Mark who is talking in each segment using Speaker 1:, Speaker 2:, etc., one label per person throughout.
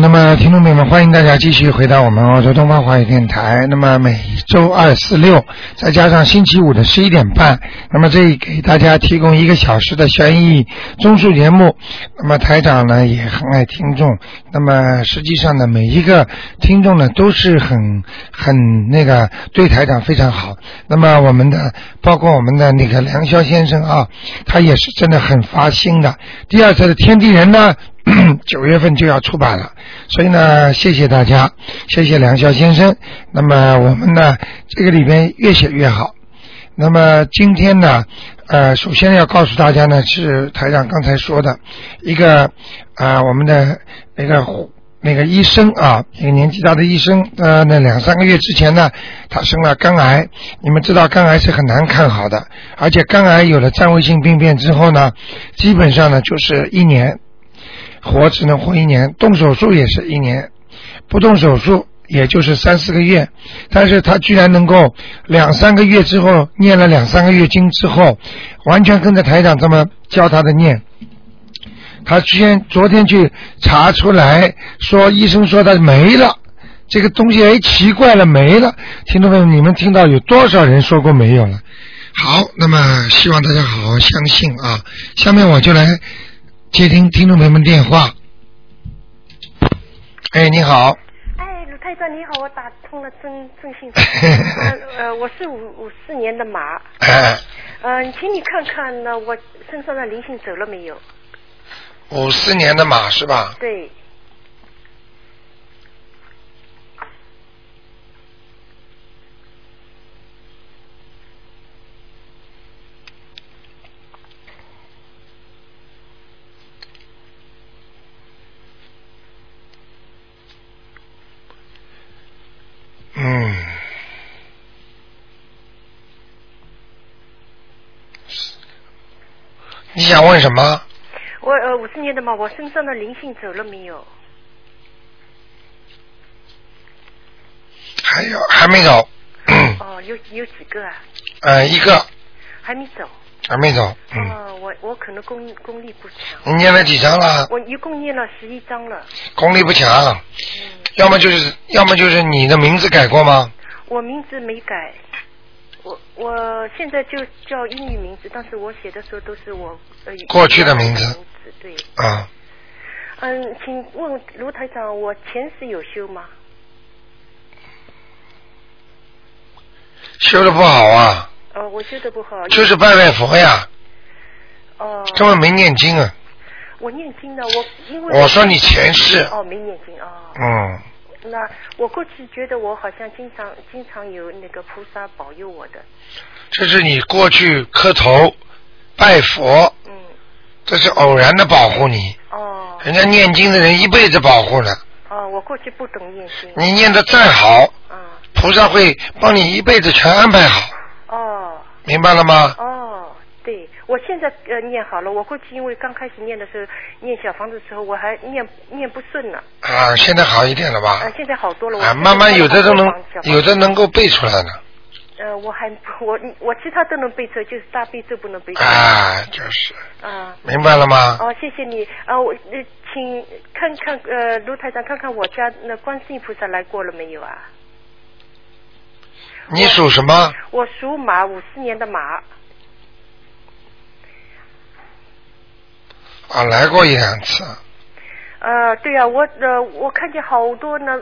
Speaker 1: 那么听众朋友们，欢迎大家继续回到我们澳洲东方华语电台。那么每周二、四、六，再加上星期五的十一点半，那么这给大家提供一个小时的悬疑综述节目。那么台长呢也很爱听众，那么实际上呢每一个听众呢都是很很那个对台长非常好。那么我们的包括我们的那个梁霄先生啊，他也是真的很发心的。第二次的天地人呢。 九月份就要出版了，所以呢，谢谢大家，谢谢梁霄先生。那么我们呢，这个里边越写越好。那么今天呢，呃，首先要告诉大家呢，是台长刚才说的一个啊、呃，我们的那个那个医生啊，一个年纪大的医生，呃，那两三个月之前呢，他生了肝癌。你们知道肝癌是很难看好的，而且肝癌有了占位性病变之后呢，基本上呢就是一年。活只能活一年，动手术也是一年，不动手术也就是三四个月。但是他居然能够两三个月之后念了两三个月经之后，完全跟着台长这么教他的念。他居然昨天去查出来说，医生说他没了。这个东西哎，奇怪了，没了。听众朋友，你们听到有多少人说过没有了？好，那么希望大家好好相信啊。下面我就来。接听听众朋友们电话。哎，你好。
Speaker 2: 哎，鲁太长你好，我打通了，真真 幸福。呃，我是五五四年的马。
Speaker 1: 哎。
Speaker 2: 嗯，请你看看呢，我身上的灵性走了没有？
Speaker 1: 五四年的马是吧？
Speaker 2: 对。
Speaker 1: 嗯，你想问什么？
Speaker 2: 我呃五十年的嘛，我身上的灵性走了没有？
Speaker 1: 还有还没走。
Speaker 2: 哦，有有几个啊？
Speaker 1: 呃，一个。
Speaker 2: 还没走。
Speaker 1: 还没走。嗯。
Speaker 2: 哦，我我可能功功力不强。
Speaker 1: 你念了几张了？
Speaker 2: 我一共念了十一张了。
Speaker 1: 功力不强。嗯。要么就是，要么就是你的名字改过吗？
Speaker 2: 我名字没改，我我现在就叫英语名字，但是我写的时候都是我呃
Speaker 1: 过去的名字。
Speaker 2: 名字对。
Speaker 1: 啊。
Speaker 2: 嗯，请问卢台长，我前世有修吗？
Speaker 1: 修的不好啊。
Speaker 2: 哦，我修的不好。
Speaker 1: 就是拜拜佛呀。
Speaker 2: 哦。
Speaker 1: 根本没念经啊。
Speaker 2: 我念经的，我因为
Speaker 1: 我说你前世
Speaker 2: 哦没念经啊、
Speaker 1: 哦，
Speaker 2: 嗯，那我过去觉得我好像经常经常有那个菩萨保佑我的，
Speaker 1: 这是你过去磕头拜佛，
Speaker 2: 嗯，
Speaker 1: 这是偶然的保护你
Speaker 2: 哦，
Speaker 1: 人家念经的人一辈子保护了，
Speaker 2: 哦，我过去不懂念经，
Speaker 1: 你念的再好，
Speaker 2: 嗯，
Speaker 1: 菩萨会帮你一辈子全安排好，
Speaker 2: 哦，
Speaker 1: 明白了吗？
Speaker 2: 哦。对，我现在呃念好了。我过去因为刚开始念的时候，念小房子的时候，我还念念不顺呢。
Speaker 1: 啊，现在好一点了吧？
Speaker 2: 啊，现在好多了。
Speaker 1: 啊，慢慢有的都能，
Speaker 2: 嗯
Speaker 1: 有的能够背出来
Speaker 2: 呢。呃，我还我我其他都能背出来，就是大悲咒不能背出
Speaker 1: 来。啊，就是。
Speaker 2: 啊。
Speaker 1: 明白了吗？
Speaker 2: 哦，谢谢你啊！我呃，请看看呃，卢台长，看看我家那观世音菩萨来过了没有啊？
Speaker 1: 你属什么？
Speaker 2: 我属马，五四年的马。
Speaker 1: 啊，来过一两次。
Speaker 2: 呃，对呀、啊，我呃，我看见好多呢，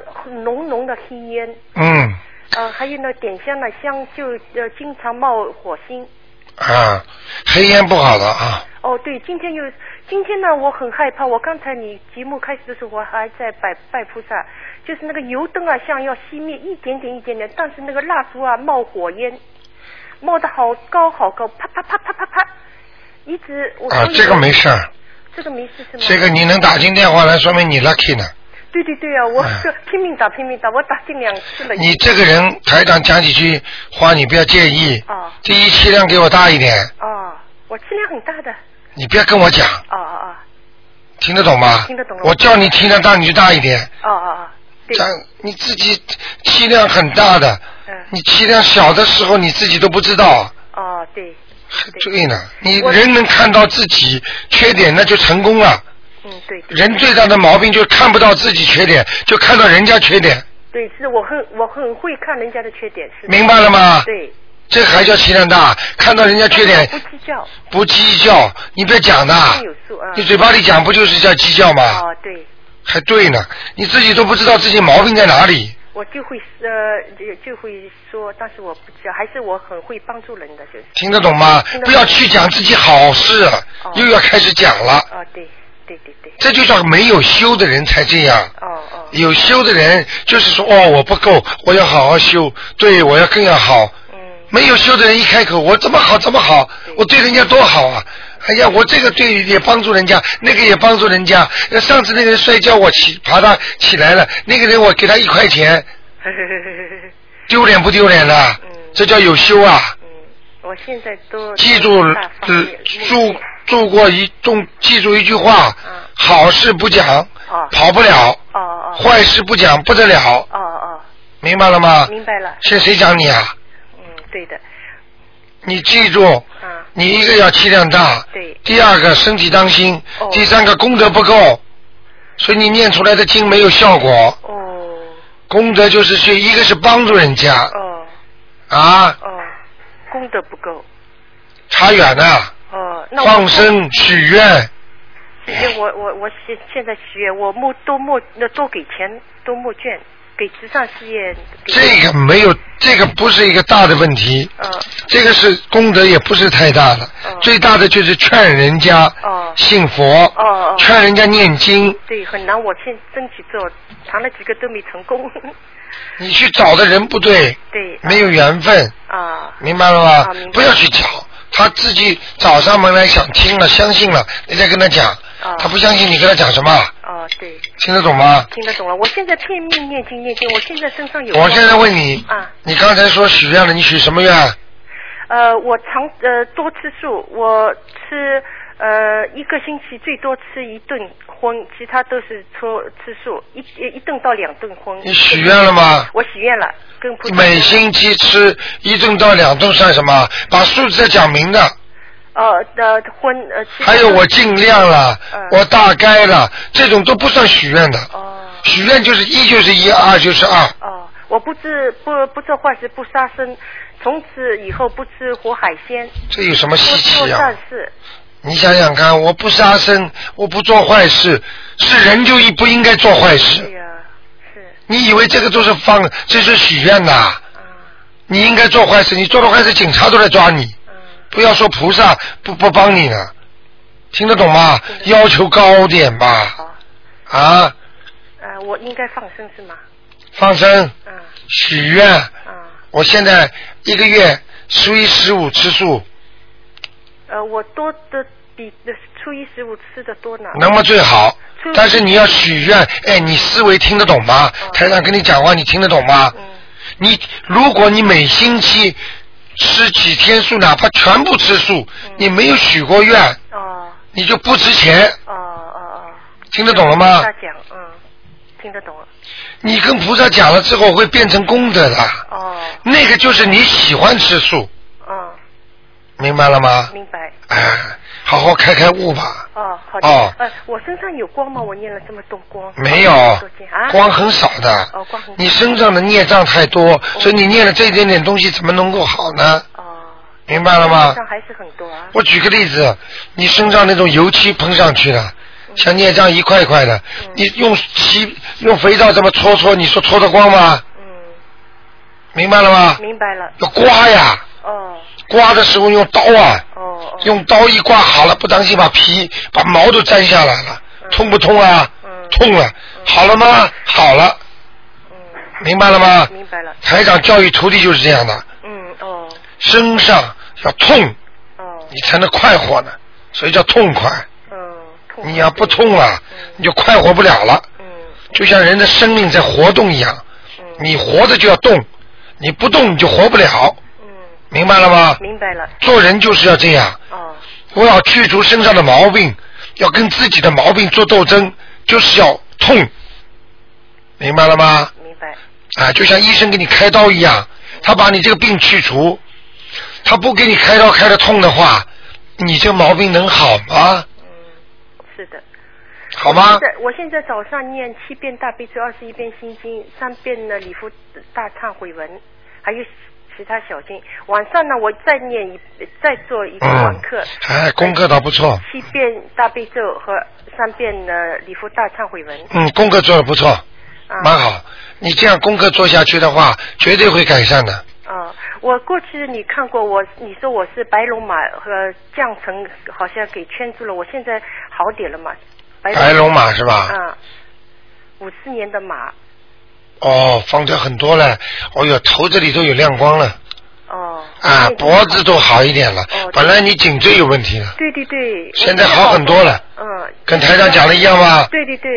Speaker 2: 浓浓的黑烟。
Speaker 1: 嗯。
Speaker 2: 呃，还有呢，点香的香就呃经常冒火星。
Speaker 1: 啊，黑烟不好的啊。
Speaker 2: 哦，对，今天又今天呢，我很害怕。我刚才你节目开始的时候，我还在拜拜菩萨，就是那个油灯啊，像要熄灭一点点一点点，但是那个蜡烛啊冒火烟，冒的好高好高，啪啪啪啪啪啪，一直我。
Speaker 1: 啊，这个没事。
Speaker 2: 这个没事是吗？
Speaker 1: 这个你能打进电话来，说明你 lucky 呢。
Speaker 2: 对对对啊，我是拼命打、嗯、拼命打，我打进两次了。
Speaker 1: 你这个人，台长讲几句话，你不要介意。
Speaker 2: 哦。
Speaker 1: 第一气量给我大一点。
Speaker 2: 哦，我气量很大的。
Speaker 1: 你不要跟我讲。
Speaker 2: 哦哦哦。
Speaker 1: 听得懂吗？
Speaker 2: 听得懂。
Speaker 1: 我叫你气量大，你就大一点。
Speaker 2: 哦哦哦。
Speaker 1: 讲你自己气量很大的，
Speaker 2: 嗯、
Speaker 1: 你气量小的时候你自己都不知道。
Speaker 2: 哦，对。
Speaker 1: 对呢，你人能看到自己缺点，那就成功了。
Speaker 2: 嗯，对对
Speaker 1: 人最大的毛病就是看不到自己缺点，就看到人家缺点，
Speaker 2: 对，是我很我很会看人家的缺点，是的
Speaker 1: 明白了吗？
Speaker 2: 对，
Speaker 1: 这还叫气量大？看到人家缺点
Speaker 2: 不计较，
Speaker 1: 不计较，你别讲
Speaker 2: 心
Speaker 1: 的
Speaker 2: 有，数啊。
Speaker 1: 你嘴巴里讲不就是叫计较吗？
Speaker 2: 哦，对，
Speaker 1: 还对呢，你自己都不知道自己毛病在哪里。
Speaker 2: 我就会呃就就会说，但是我不知道，还是我很会帮助人的，就是
Speaker 1: 听得懂吗
Speaker 2: 听？得懂
Speaker 1: 不要去讲自己好事，又要开始讲了，
Speaker 2: 哦，对对对对，
Speaker 1: 这就叫没有修的人才这样。
Speaker 2: 哦哦，
Speaker 1: 有修的人就是说，哦，我不够，我要好好修，对我要更要好。
Speaker 2: 嗯，
Speaker 1: 没有修的人一开口，我怎么好怎么好，我对人家多好啊！哎呀，我这个对也帮助人家，那个也帮助人家。呃上次那个人摔跤，我起爬他起来了，那个人我给他一块钱，丢脸不丢脸啦？
Speaker 2: 嗯
Speaker 1: 这叫有修啊！
Speaker 2: 嗯，我现在都
Speaker 1: 记住，
Speaker 2: 大方
Speaker 1: 呃
Speaker 2: 面
Speaker 1: 住住过一中，记住一句话
Speaker 2: 嗯：
Speaker 1: 好事不讲，
Speaker 2: 哦
Speaker 1: 跑不了；
Speaker 2: 哦哦
Speaker 1: 坏事不讲，不得了。
Speaker 2: 哦哦，
Speaker 1: 明白了吗？
Speaker 2: 明白了，
Speaker 1: 是谁讲你啊？
Speaker 2: 嗯，对的，
Speaker 1: 你记住，
Speaker 2: 啊，
Speaker 1: 你一个要气量大，
Speaker 2: 对，
Speaker 1: 第二个身体当心，
Speaker 2: 哦
Speaker 1: 第三个功德不够，所以你念出来的经没有效果。
Speaker 2: 哦
Speaker 1: 功德就是去，一个是帮助人家
Speaker 2: 哦
Speaker 1: 啊，
Speaker 2: 哦，功德不够，
Speaker 1: 差远了、
Speaker 2: 哦，那我
Speaker 1: 放生、许愿，
Speaker 2: 许愿，我我我现现在许愿，我募多募那多给钱，多募券，给慈善事业。给
Speaker 1: 这个没有，这个不是一个大的问题，
Speaker 2: 呃
Speaker 1: 这个是功德也不是太大的，
Speaker 2: 哦
Speaker 1: 最大的就是劝人家
Speaker 2: 哦
Speaker 1: 信佛，
Speaker 2: 哦哦，
Speaker 1: 劝人家念经。
Speaker 2: 对，很难，我现争取做，谈了几个都没成功。
Speaker 1: 你去找的人不对，
Speaker 2: 对
Speaker 1: 没有缘分，
Speaker 2: 啊，
Speaker 1: 明白了吗？
Speaker 2: 啊明白
Speaker 1: 不要去找，他自己找上门来想听了、相信了，你再跟他讲。
Speaker 2: 啊
Speaker 1: 他不相信你跟他讲什么？
Speaker 2: 哦对，
Speaker 1: 听得懂吗？
Speaker 2: 听得懂了。我现在拼命念经念经，我现在身上有。
Speaker 1: 我现在问你，
Speaker 2: 啊，嗯
Speaker 1: 你刚才说许愿了，你许什么愿？
Speaker 2: 呃，我常呃多吃素，我吃呃一个星期最多吃一顿荤，其他都是吃吃素，一一一顿到两顿荤。
Speaker 1: 你许愿了吗？
Speaker 2: 我许愿了，跟菩萨
Speaker 1: 每星期吃一顿到两顿算什么？把数字讲明的。
Speaker 2: 呃的婚呃，其他
Speaker 1: 还有我尽量了，
Speaker 2: 嗯
Speaker 1: 我大概了，这种都不算许愿的。
Speaker 2: 哦
Speaker 1: 许愿就是一就是一，二就是二。
Speaker 2: 哦，我不吃不不做坏事，不杀生，从此以后不吃活海鲜，
Speaker 1: 这有什么
Speaker 2: 多
Speaker 1: 稀
Speaker 2: 做
Speaker 1: 奇啊？
Speaker 2: 善事。
Speaker 1: 你想想看，我不杀生，我不做坏事，是人就一不应该做坏
Speaker 2: 对
Speaker 1: 事。
Speaker 2: 哎呀，是
Speaker 1: 你以为这个都是放，这是许愿呐、
Speaker 2: 啊
Speaker 1: 你应该做坏事，你做了坏事，警察都来抓你，
Speaker 2: 啊
Speaker 1: 不要说菩萨不不帮你呢，听得懂吗？
Speaker 2: 听得懂
Speaker 1: 要求高点吧，
Speaker 2: 好，
Speaker 1: 啊，
Speaker 2: 呃，我应该放生是吗？
Speaker 1: 放生、
Speaker 2: 啊
Speaker 1: 许愿，
Speaker 2: 啊，
Speaker 1: 我现在一个月初一十五吃素，
Speaker 2: 呃，我多的比呃初一十五吃的多呢。
Speaker 1: 那么最好
Speaker 2: 初一。
Speaker 1: 但是你要许愿，哎，你思维听得懂吗？
Speaker 2: 嗯
Speaker 1: 台长跟你讲话，你听得懂吗？
Speaker 2: 嗯
Speaker 1: 你如果你每星期吃几天素，哪怕全部吃素，
Speaker 2: 嗯
Speaker 1: 你没有许过愿，
Speaker 2: 哦
Speaker 1: 你就不值钱，
Speaker 2: 哦哦哦，
Speaker 1: 听得懂了
Speaker 2: 菩
Speaker 1: 吗？
Speaker 2: 萨讲嗯，听得懂了
Speaker 1: 你跟菩萨讲了之后会变成功德的，
Speaker 2: 哦
Speaker 1: 那个就是你喜欢吃素，
Speaker 2: 哦，
Speaker 1: 明白了吗？
Speaker 2: 明白。
Speaker 1: 哎，好好开开悟吧。
Speaker 2: 哦，好的。
Speaker 1: 哦
Speaker 2: 呃，我身上有光吗？我念了这么多光。
Speaker 1: 没有
Speaker 2: 多见啊。，
Speaker 1: 光很少的
Speaker 2: 哦光很少，
Speaker 1: 你身上的孽障太多，所以你念了这一点点东西怎么能够好呢？
Speaker 2: 哦。
Speaker 1: 明白了吗
Speaker 2: 身？上还是很多啊。
Speaker 1: 我举个例子，你身上那种油漆喷上去了，
Speaker 2: 嗯
Speaker 1: 像孽障一块一块的，你用漆用肥皂这么搓搓，你说搓得光吗？
Speaker 2: 嗯，
Speaker 1: 明白了吗？
Speaker 2: 明白了。
Speaker 1: 要刮呀，
Speaker 2: 哦
Speaker 1: 刮的时候用刀啊，
Speaker 2: 哦哦。
Speaker 1: 用刀一刮好了，不当心把皮把毛都粘下来了，痛不痛啊？
Speaker 2: 嗯
Speaker 1: 痛了，好了吗？好了，
Speaker 2: 嗯，
Speaker 1: 明白了吗？
Speaker 2: 明白了。
Speaker 1: 台长教育徒弟就是这样的，
Speaker 2: 嗯哦
Speaker 1: 身上要痛，
Speaker 2: 哦
Speaker 1: 你才能快活呢，所以叫痛快。
Speaker 2: 嗯，痛。
Speaker 1: 你要不痛啊了
Speaker 2: 嗯，
Speaker 1: 你就快活不了了。
Speaker 2: 嗯
Speaker 1: 就像人的生命在活动一样，
Speaker 2: 嗯
Speaker 1: 你活着就要动，你不动你就活不了，
Speaker 2: 嗯，
Speaker 1: 明白了吗？
Speaker 2: 明白了。
Speaker 1: 做人就是要这样，
Speaker 2: 哦
Speaker 1: 我要去除身上的毛病，要跟自己的毛病做斗争，就是要痛，明白了吗？
Speaker 2: 明白。
Speaker 1: 啊，就像医生给你开刀一样，他把你这个病去除，他不给你开刀开的痛的话，你这个毛病能好吗？
Speaker 2: 嗯，是的。
Speaker 1: 好吗
Speaker 2: 现？在我现在早上念七遍大悲咒，二十一遍心经，三遍呢礼佛大忏悔文，还有其他小经。晚上呢，我再念一再做一个功
Speaker 1: 嗯
Speaker 2: 课，，
Speaker 1: 哎，功课倒不错，
Speaker 2: 七遍大悲咒和三遍呢礼佛大忏悔文。
Speaker 1: 嗯，功课做的不错，
Speaker 2: 啊
Speaker 1: 蛮好。你这样功课做下去的话，绝对会改善的。
Speaker 2: 啊、我过去你看过我，你说我是白龙马和降尘，好像给圈住了。我现在好点了嘛？白
Speaker 1: 白龙马是吧？
Speaker 2: 啊，五四年的马，
Speaker 1: 哦，放掉很多了。哦哟，头这里都有亮光了
Speaker 2: 哦。
Speaker 1: 啊，
Speaker 2: 对
Speaker 1: 脖子都好一点了
Speaker 2: 哦。嗯
Speaker 1: 本来你颈椎有问题了，
Speaker 2: 对对对。
Speaker 1: 现在好很多了。
Speaker 2: 嗯。
Speaker 1: 跟台上讲的一样吧？
Speaker 2: 对对对，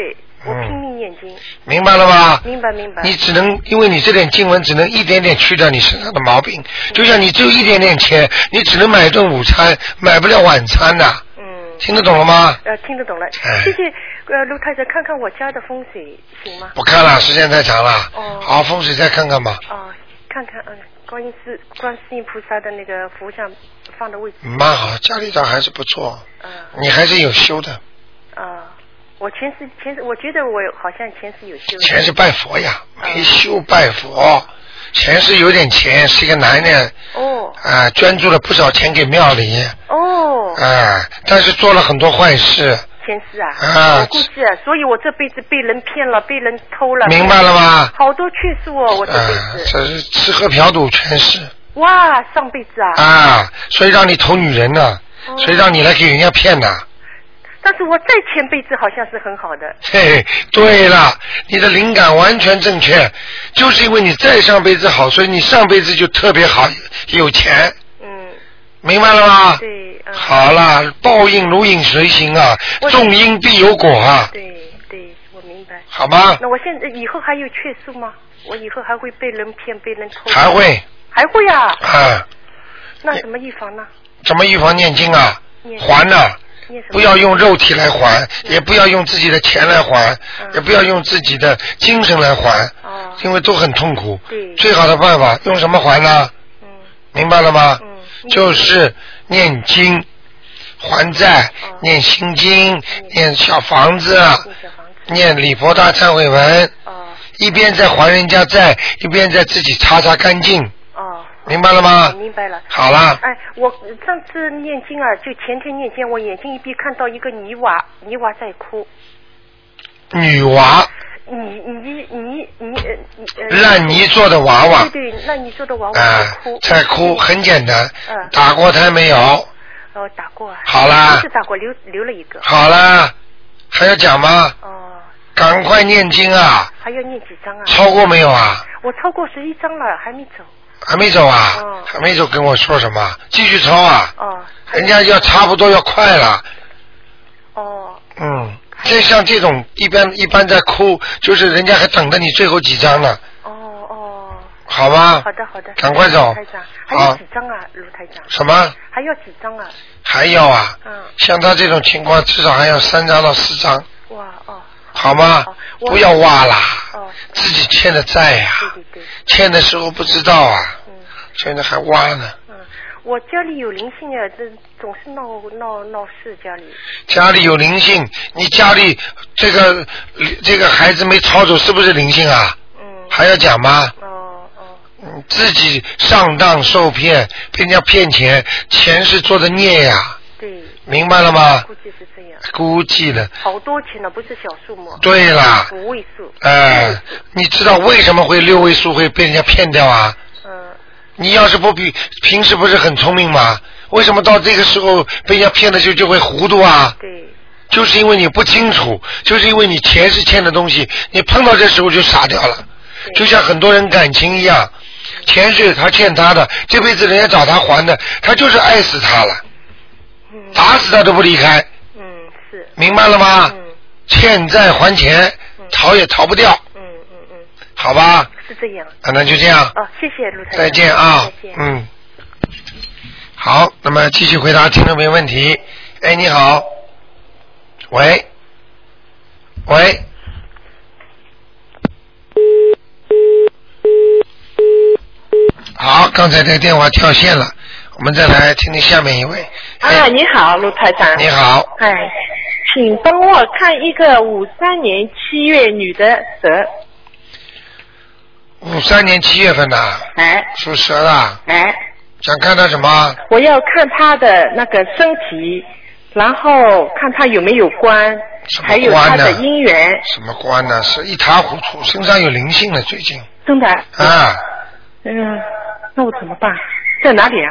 Speaker 2: 我
Speaker 1: 嗯
Speaker 2: 拼命念经，
Speaker 1: 明白了吧？
Speaker 2: 明白明白。
Speaker 1: 你只能因为你这点经文，只能一点点去掉你身上的毛病。就像你只有一点点钱，你只能买一顿午餐，买不了晚餐的。
Speaker 2: 嗯。
Speaker 1: 听得懂了吗？
Speaker 2: 呃，听得懂了
Speaker 1: 哎，
Speaker 2: 谢谢呃卢太太，看看我家的风水行吗？
Speaker 1: 不看了，时间太长了。
Speaker 2: 哦
Speaker 1: 好，风水再看看吧。
Speaker 2: 哦，看看嗯，观音寺观世音菩萨的那个佛像放的位置，
Speaker 1: 蛮好，家里倒还是不错，
Speaker 2: 嗯
Speaker 1: 你还是有修的，
Speaker 2: 啊，我前世前世，我觉得我好像前世有啊修。
Speaker 1: 前世拜佛呀，没修拜佛，前世有点钱，是一个男人
Speaker 2: 哦
Speaker 1: 啊、捐助了不少钱给庙里啊、
Speaker 2: 哦，
Speaker 1: 但是做了很多坏事，
Speaker 2: 前世啊，
Speaker 1: 啊
Speaker 2: 我估计啊，所以我这辈子被人骗了，被人偷了，
Speaker 1: 明白了吗？
Speaker 2: 好多去处哦，我这
Speaker 1: 啊、
Speaker 2: 辈子，
Speaker 1: 这是吃喝嫖赌全是
Speaker 2: 哇，上辈子啊，
Speaker 1: 啊，所以让你投女人呢、
Speaker 2: 哦
Speaker 1: 所以让你来给人家骗呢、
Speaker 2: 但是我再前辈子好像是很好的，
Speaker 1: 嘿嘿，对了，你的灵感完全正确，就是因为你再上辈子好，所以你上辈子就特别好，有钱，
Speaker 2: 嗯，
Speaker 1: 明白了吗？
Speaker 2: 对，嗯，
Speaker 1: 啊好啦，报应如影随形啊，
Speaker 2: 我
Speaker 1: 种因必有果啊，
Speaker 2: 对对，我明白。
Speaker 1: 好吗？
Speaker 2: 那我现在以后还有去处吗？我以后还会被人骗，被人偷？
Speaker 1: 还会
Speaker 2: 还会啊？
Speaker 1: 啊，
Speaker 2: 那怎么预防呢？
Speaker 1: 怎么预防念经啊？
Speaker 2: 念嗯
Speaker 1: 还呢、
Speaker 2: 念什么？
Speaker 1: 不要用肉体来还，也不要用自己的钱来还，
Speaker 2: 嗯
Speaker 1: 也不要用自己的精神来还，
Speaker 2: 哦，
Speaker 1: 因为都很痛苦。
Speaker 2: 对，
Speaker 1: 最好的办法用什么还呢？
Speaker 2: 嗯
Speaker 1: 明白了吗？
Speaker 2: 嗯，
Speaker 1: 就是念经、还债
Speaker 2: 哦、
Speaker 1: 念心
Speaker 2: 嗯
Speaker 1: 经、念小房子、
Speaker 2: 念小房子
Speaker 1: 念礼佛大忏悔文，
Speaker 2: 哦
Speaker 1: 一边在还人家债，一边在自己擦擦干净，
Speaker 2: 哦，
Speaker 1: 明白了
Speaker 2: 我
Speaker 1: 吗？
Speaker 2: 明白了。
Speaker 1: 好啦，
Speaker 2: 哎，我上次念经啊，就前天念经，我眼睛一闭看到一个泥娃，泥娃在哭，
Speaker 1: 女娃，
Speaker 2: 泥泥泥泥呃泥呃，
Speaker 1: 烂泥做的娃娃，
Speaker 2: 对对，那你说的娃娃
Speaker 1: 啊
Speaker 2: 在嗯哭，，
Speaker 1: 在哭，很简单
Speaker 2: 嗯，
Speaker 1: 打过胎没有？
Speaker 2: 哦，打过啊，
Speaker 1: 好啦
Speaker 2: 不是打过，留留了一个，
Speaker 1: 好啦，还要讲吗？
Speaker 2: 哦，
Speaker 1: 赶快念经啊！
Speaker 2: 还要念几张啊？
Speaker 1: 超过没有啊？
Speaker 2: 我超过十一张了，还没走，
Speaker 1: 还没走啊？
Speaker 2: 嗯
Speaker 1: 还没走，跟我说什么？继续抄啊！
Speaker 2: 哦，还
Speaker 1: 人家要差不多要快了。
Speaker 2: 哦，
Speaker 1: 嗯，这像这种一般一般在哭，就是人家还等着你最后几张呢，
Speaker 2: 哦哦，
Speaker 1: 好吗？
Speaker 2: 好的好的，
Speaker 1: 赶快走
Speaker 2: 卢台长，还
Speaker 1: 好
Speaker 2: 有几张啊，卢台长？
Speaker 1: 什么？
Speaker 2: 还要几张啊？
Speaker 1: 还要啊？
Speaker 2: 嗯，
Speaker 1: 像他这种情况，至少还要三张到四张，
Speaker 2: 哇哦
Speaker 1: 好吗
Speaker 2: 好？我
Speaker 1: 不要哇啦，
Speaker 2: 哦，嗯
Speaker 1: 自己欠的债呀、
Speaker 2: 对对对，
Speaker 1: 欠的时候不知道啊，
Speaker 2: 嗯
Speaker 1: 现在还哇呢。
Speaker 2: 嗯，我家里有灵性啊，这总是闹闹闹事，家里
Speaker 1: 家里有灵性，你家里这个这个孩子没抄走，是不是灵性啊？
Speaker 2: 嗯，
Speaker 1: 还要讲吗？
Speaker 2: 哦哦
Speaker 1: 嗯自己上当受骗，被人家骗钱，钱是做的孽呀，
Speaker 2: 对，
Speaker 1: 明白了吗？
Speaker 2: 估计是这样，
Speaker 1: 估计了。
Speaker 2: 好多钱呢，不是小数目，
Speaker 1: 对啦，
Speaker 2: 五位数，
Speaker 1: 呃，你知道为什么会六位数会被人家骗掉啊？
Speaker 2: 嗯
Speaker 1: 你要是不比平时不是很聪明吗？为什么到这个时候被人家骗的就就会糊涂啊？
Speaker 2: 对，
Speaker 1: 就是因为你不清楚，就是因为你前世欠的东西，你碰到这时候就傻掉了，
Speaker 2: 对
Speaker 1: 就像很多人感情一样，前世他欠他的，这辈子人家找他还的，他就是爱死他了，
Speaker 2: 嗯
Speaker 1: 打死他都不离开，
Speaker 2: 嗯是，
Speaker 1: 明白了吗？
Speaker 2: 嗯
Speaker 1: 欠债还钱，逃也逃不掉，
Speaker 2: 嗯嗯嗯
Speaker 1: 好吧？
Speaker 2: 是这样，
Speaker 1: 啊那就这样，
Speaker 2: 哦谢谢卢台长，
Speaker 1: 再见啊
Speaker 2: 再，见，
Speaker 1: 嗯。好，那么继续回答听众朋友问题。哎，你好，喂，喂，好，刚才这个电话跳线了，我们再来听听下面一位。哎，
Speaker 3: 啊，你好，卢台长。
Speaker 1: 你好，
Speaker 3: 哎，请帮我看一个五三年七月女的蛇，
Speaker 1: 五三年七月份的，
Speaker 3: 哎
Speaker 1: 属蛇的，
Speaker 3: 哎，
Speaker 1: 想看他什么？
Speaker 3: 我要看她的那个身体，然后看她有没有关，
Speaker 1: 什么
Speaker 3: 还有她
Speaker 1: 关呢
Speaker 3: 的姻缘，
Speaker 1: 什么官呢？是一塌糊涂，身上有灵性了，最近
Speaker 3: 真的，
Speaker 1: 啊，
Speaker 3: 嗯、那我怎么办？在哪里啊？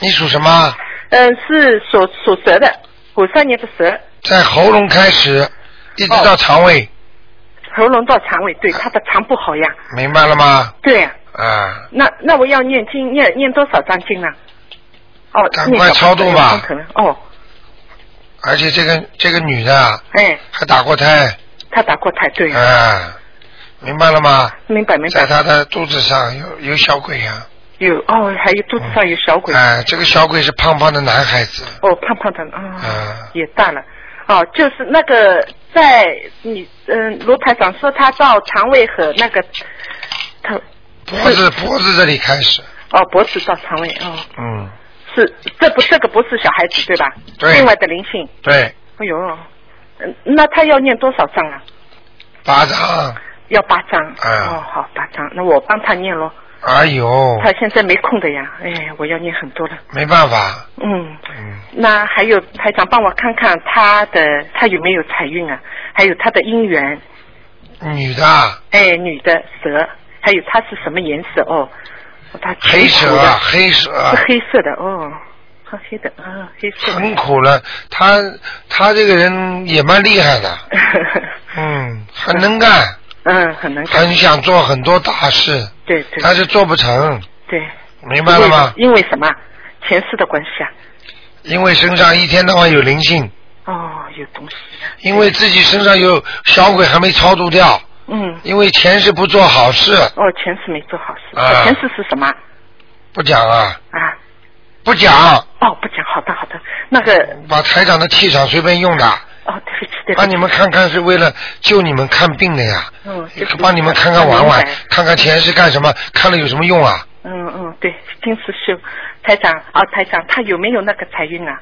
Speaker 1: 你属什么？
Speaker 3: 嗯、是属属蛇的，五三年的蛇，
Speaker 1: 在喉咙开始，一直到肠
Speaker 3: 哦
Speaker 1: 胃，
Speaker 3: 喉咙到肠胃，对，她的肠不好呀，
Speaker 1: 明白了吗？
Speaker 3: 对呀、
Speaker 1: 啊，
Speaker 3: 那那我要念经，念念多少张经呢？哦，
Speaker 1: 赶
Speaker 3: 念
Speaker 1: 快
Speaker 3: 小
Speaker 1: 超
Speaker 3: 房子
Speaker 1: 度
Speaker 3: 有
Speaker 1: 吧
Speaker 3: 功课了哦，
Speaker 1: 而且这个这个女的啊
Speaker 3: 哎，
Speaker 1: 还打过胎，
Speaker 3: 他打过胎，对，
Speaker 1: 啊，明白了吗？
Speaker 3: 明白明
Speaker 1: 在
Speaker 3: 白。
Speaker 1: 她的肚子上有有小鬼啊，
Speaker 3: 有哦，还有肚子上有小鬼，
Speaker 1: 哎，这个小鬼是胖胖的男孩子，
Speaker 3: 哦，胖胖的啊，
Speaker 1: 啊
Speaker 3: 也大了。哦，就是那个在你嗯，罗台长说他到肠胃和那个头
Speaker 1: 脖子脖子这里开始，
Speaker 3: 哦脖子到肠胃哦，
Speaker 1: 嗯，
Speaker 3: 是这不这个不是小孩子对吧？
Speaker 1: 对
Speaker 3: 另外的灵性，
Speaker 1: 对，
Speaker 3: 哎呦，嗯那他要念多少章啊？
Speaker 1: 巴掌，
Speaker 3: 要八章。
Speaker 1: 啊
Speaker 3: 哦，好，八章，那我帮他念喽。
Speaker 1: 哎呦，
Speaker 3: 他现在没空的呀，哎，我要念很多了。
Speaker 1: 没办法，
Speaker 3: 嗯，
Speaker 1: 嗯，
Speaker 3: 那还有台长帮我看看他的他有没有财运啊，还有他的姻缘，
Speaker 1: 女的啊
Speaker 3: 哎，女的蛇，还有他是什么颜色哦？他
Speaker 1: 黑蛇啊，黑蛇啊
Speaker 3: 是黑色的哦，黑黑的啊，黑色的。
Speaker 1: 很苦了，他他这个人也蛮厉害的，嗯，很能干，
Speaker 3: 嗯，很能干，
Speaker 1: 很想做很多大事，
Speaker 3: 对对
Speaker 1: 但是做不成，
Speaker 3: 对，
Speaker 1: 明白了吗？
Speaker 3: 因为因为什么？前世的关系啊。
Speaker 1: 因为身上一天到晚有灵性，
Speaker 3: 哦，有东西。
Speaker 1: 因为自己身上有小鬼还没超度掉，
Speaker 3: 嗯，
Speaker 1: 因为前世不做好事，
Speaker 3: 哦，前世没做好事。
Speaker 1: 啊
Speaker 3: 前世是什么
Speaker 1: 不讲啊，
Speaker 3: 啊？
Speaker 1: 不讲，
Speaker 3: 哦，不讲，好的好的，那个
Speaker 1: 把台长的气场随便用的，
Speaker 3: 哦，对不起对不
Speaker 1: 帮
Speaker 3: 起，
Speaker 1: 你们看看是为了救你们看病的呀，
Speaker 3: 嗯，对不起
Speaker 1: 帮你们看看玩玩
Speaker 3: 明白，
Speaker 1: 看看前世干什么，看了有什么用啊？
Speaker 3: 嗯嗯，对，金丝绣，台长啊，台长，他有没有那个财运啊？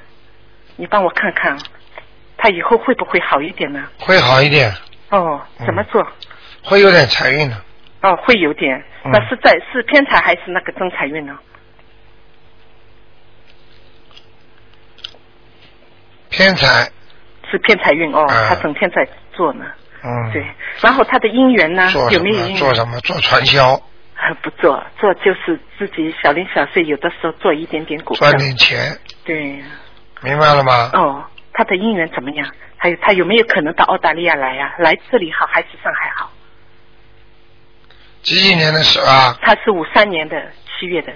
Speaker 3: 你帮我看看，他以后会不会好一点呢？
Speaker 1: 会好一点，
Speaker 3: 哦，怎么做？
Speaker 1: 会有点财运的，
Speaker 3: 哦，会有点。
Speaker 1: 嗯
Speaker 3: 那是在是偏财还是那个正财运呢？
Speaker 1: 偏财，
Speaker 3: 是偏财运哦，
Speaker 1: 啊
Speaker 3: 他整天在做呢。
Speaker 1: 嗯，
Speaker 3: 对，然后他的姻缘呢
Speaker 1: 做，什
Speaker 3: 啊有没有
Speaker 1: 么？
Speaker 3: 姻
Speaker 1: 做
Speaker 3: 缘？
Speaker 1: 什么？做传销，
Speaker 3: 呃不做，做就是自己小零小碎，有的时候做一点点股票
Speaker 1: 赚。点钱，
Speaker 3: 对，
Speaker 1: 明白了吗？
Speaker 3: 哦，他的姻缘怎么样？还有他有没有可能到澳大利亚来呀、来这里好还是上海好？
Speaker 1: 几几年的蛇啊？
Speaker 3: 他是五三年的七月的，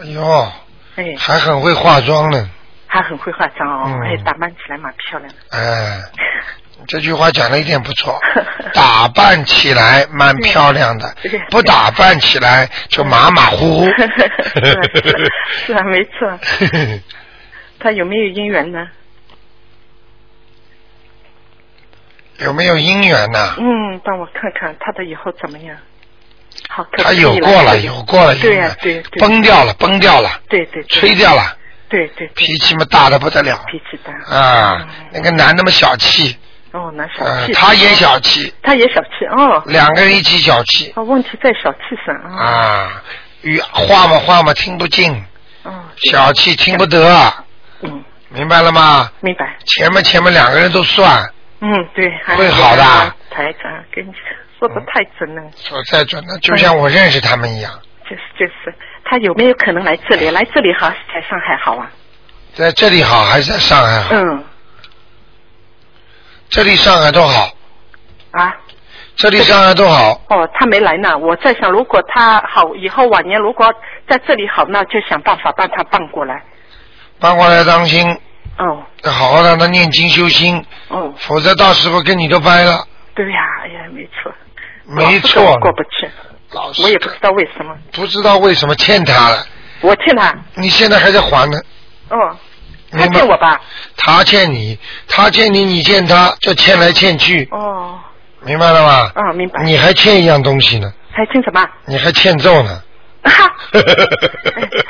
Speaker 1: 哎呦，
Speaker 3: 哎，
Speaker 1: 还很会化妆呢，
Speaker 3: 他很会化妆哦，
Speaker 1: 嗯
Speaker 3: 哎，打扮起来蛮漂亮的。
Speaker 1: 哎，这句话讲的一点不 错，打扮起
Speaker 3: 嗯
Speaker 1: 来蛮漂亮的
Speaker 3: 对，。
Speaker 1: 不打扮起来就马马虎虎
Speaker 3: 是啊是啊是啊，没错。他有没有姻缘呢？
Speaker 1: 有没有姻缘呢、
Speaker 3: 嗯，帮我看看他的以后怎么样。好，可不
Speaker 1: 他
Speaker 3: 可以
Speaker 1: 有过了，
Speaker 3: 来
Speaker 1: 有过了姻
Speaker 3: 对呀、
Speaker 1: 缘，
Speaker 3: 对对，
Speaker 1: 崩掉了，崩掉了，
Speaker 3: 对对对
Speaker 1: 吹掉了，
Speaker 3: 对对对
Speaker 1: 脾气嘛大的不得了
Speaker 3: 脾气大
Speaker 1: 啊！那个男的嘛小气，
Speaker 3: 哦，那小
Speaker 1: 呃，
Speaker 3: 气，
Speaker 1: 他也小气，
Speaker 3: 他也小气哦，
Speaker 1: 两个人一起小气
Speaker 3: 哦，问题在小气上啊，
Speaker 1: 啊，与话嘛话嘛听不进，
Speaker 3: 哦，
Speaker 1: 小气听不得，
Speaker 3: 嗯，
Speaker 1: 明白了吗？
Speaker 3: 明白。
Speaker 1: 前面前面两个人都算，
Speaker 3: 嗯，对，还
Speaker 1: 会好的嗯
Speaker 3: 台长，跟你说的太准了，
Speaker 1: 说再准的，就像我认识他们一样，
Speaker 3: 就是就是，他有没有可能来这
Speaker 1: 嗯
Speaker 3: 里？来这里好，在上海好 啊？
Speaker 1: 在这里好还是在上海好？
Speaker 3: 嗯，
Speaker 1: 这里上海都好，
Speaker 3: 啊，
Speaker 1: 这里上海都好，
Speaker 3: 哦，他没来呢。我在想，如果他好，以后晚年如果在这里好，那就想办法帮他办过来。
Speaker 1: 搬过来当心，
Speaker 3: 哦，
Speaker 1: 要好好让他念经修心，
Speaker 3: 哦，
Speaker 1: 否则到时候跟你都掰了。
Speaker 3: 对呀、哎呀，没错，
Speaker 1: 没
Speaker 3: 老是跟
Speaker 1: 错
Speaker 3: 我，过不去，
Speaker 1: 老
Speaker 3: 我
Speaker 1: 师
Speaker 3: 也不知道为什么，
Speaker 1: 不知道为什么欠他了，
Speaker 3: 我欠他，
Speaker 1: 你现在还在还呢。
Speaker 3: 哦，他
Speaker 1: 明白
Speaker 3: 欠我吧？
Speaker 1: 他欠你，他欠你，你欠他，这欠来欠去，
Speaker 3: 哦，
Speaker 1: 明白了吗？
Speaker 3: 啊，明白。
Speaker 1: 你还欠一样东西呢，
Speaker 3: 还欠什么？
Speaker 1: 你还欠揍呢。
Speaker 3: 哈，哎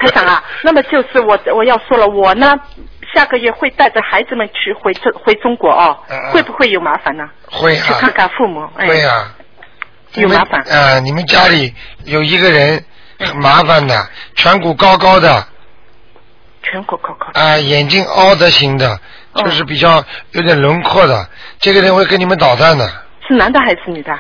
Speaker 3: 台长啊，那么就是我我要说了，我呢下个月会带着孩子们去回中回中国哦
Speaker 1: 嗯嗯，
Speaker 3: 会不会有麻烦呢？
Speaker 1: 会
Speaker 3: 去看
Speaker 1: 啊，
Speaker 3: 看父母，哎，
Speaker 1: 会啊，
Speaker 3: 有麻烦嗯
Speaker 1: 啊、呃你们家里有一个人很麻烦的，颧骨高高的，啊、
Speaker 3: 全国高考，
Speaker 1: 眼睛凹的型的，
Speaker 3: 哦
Speaker 1: 就是比较有点轮廓的，这个人会跟你们捣蛋的。
Speaker 3: 是男的还是女的？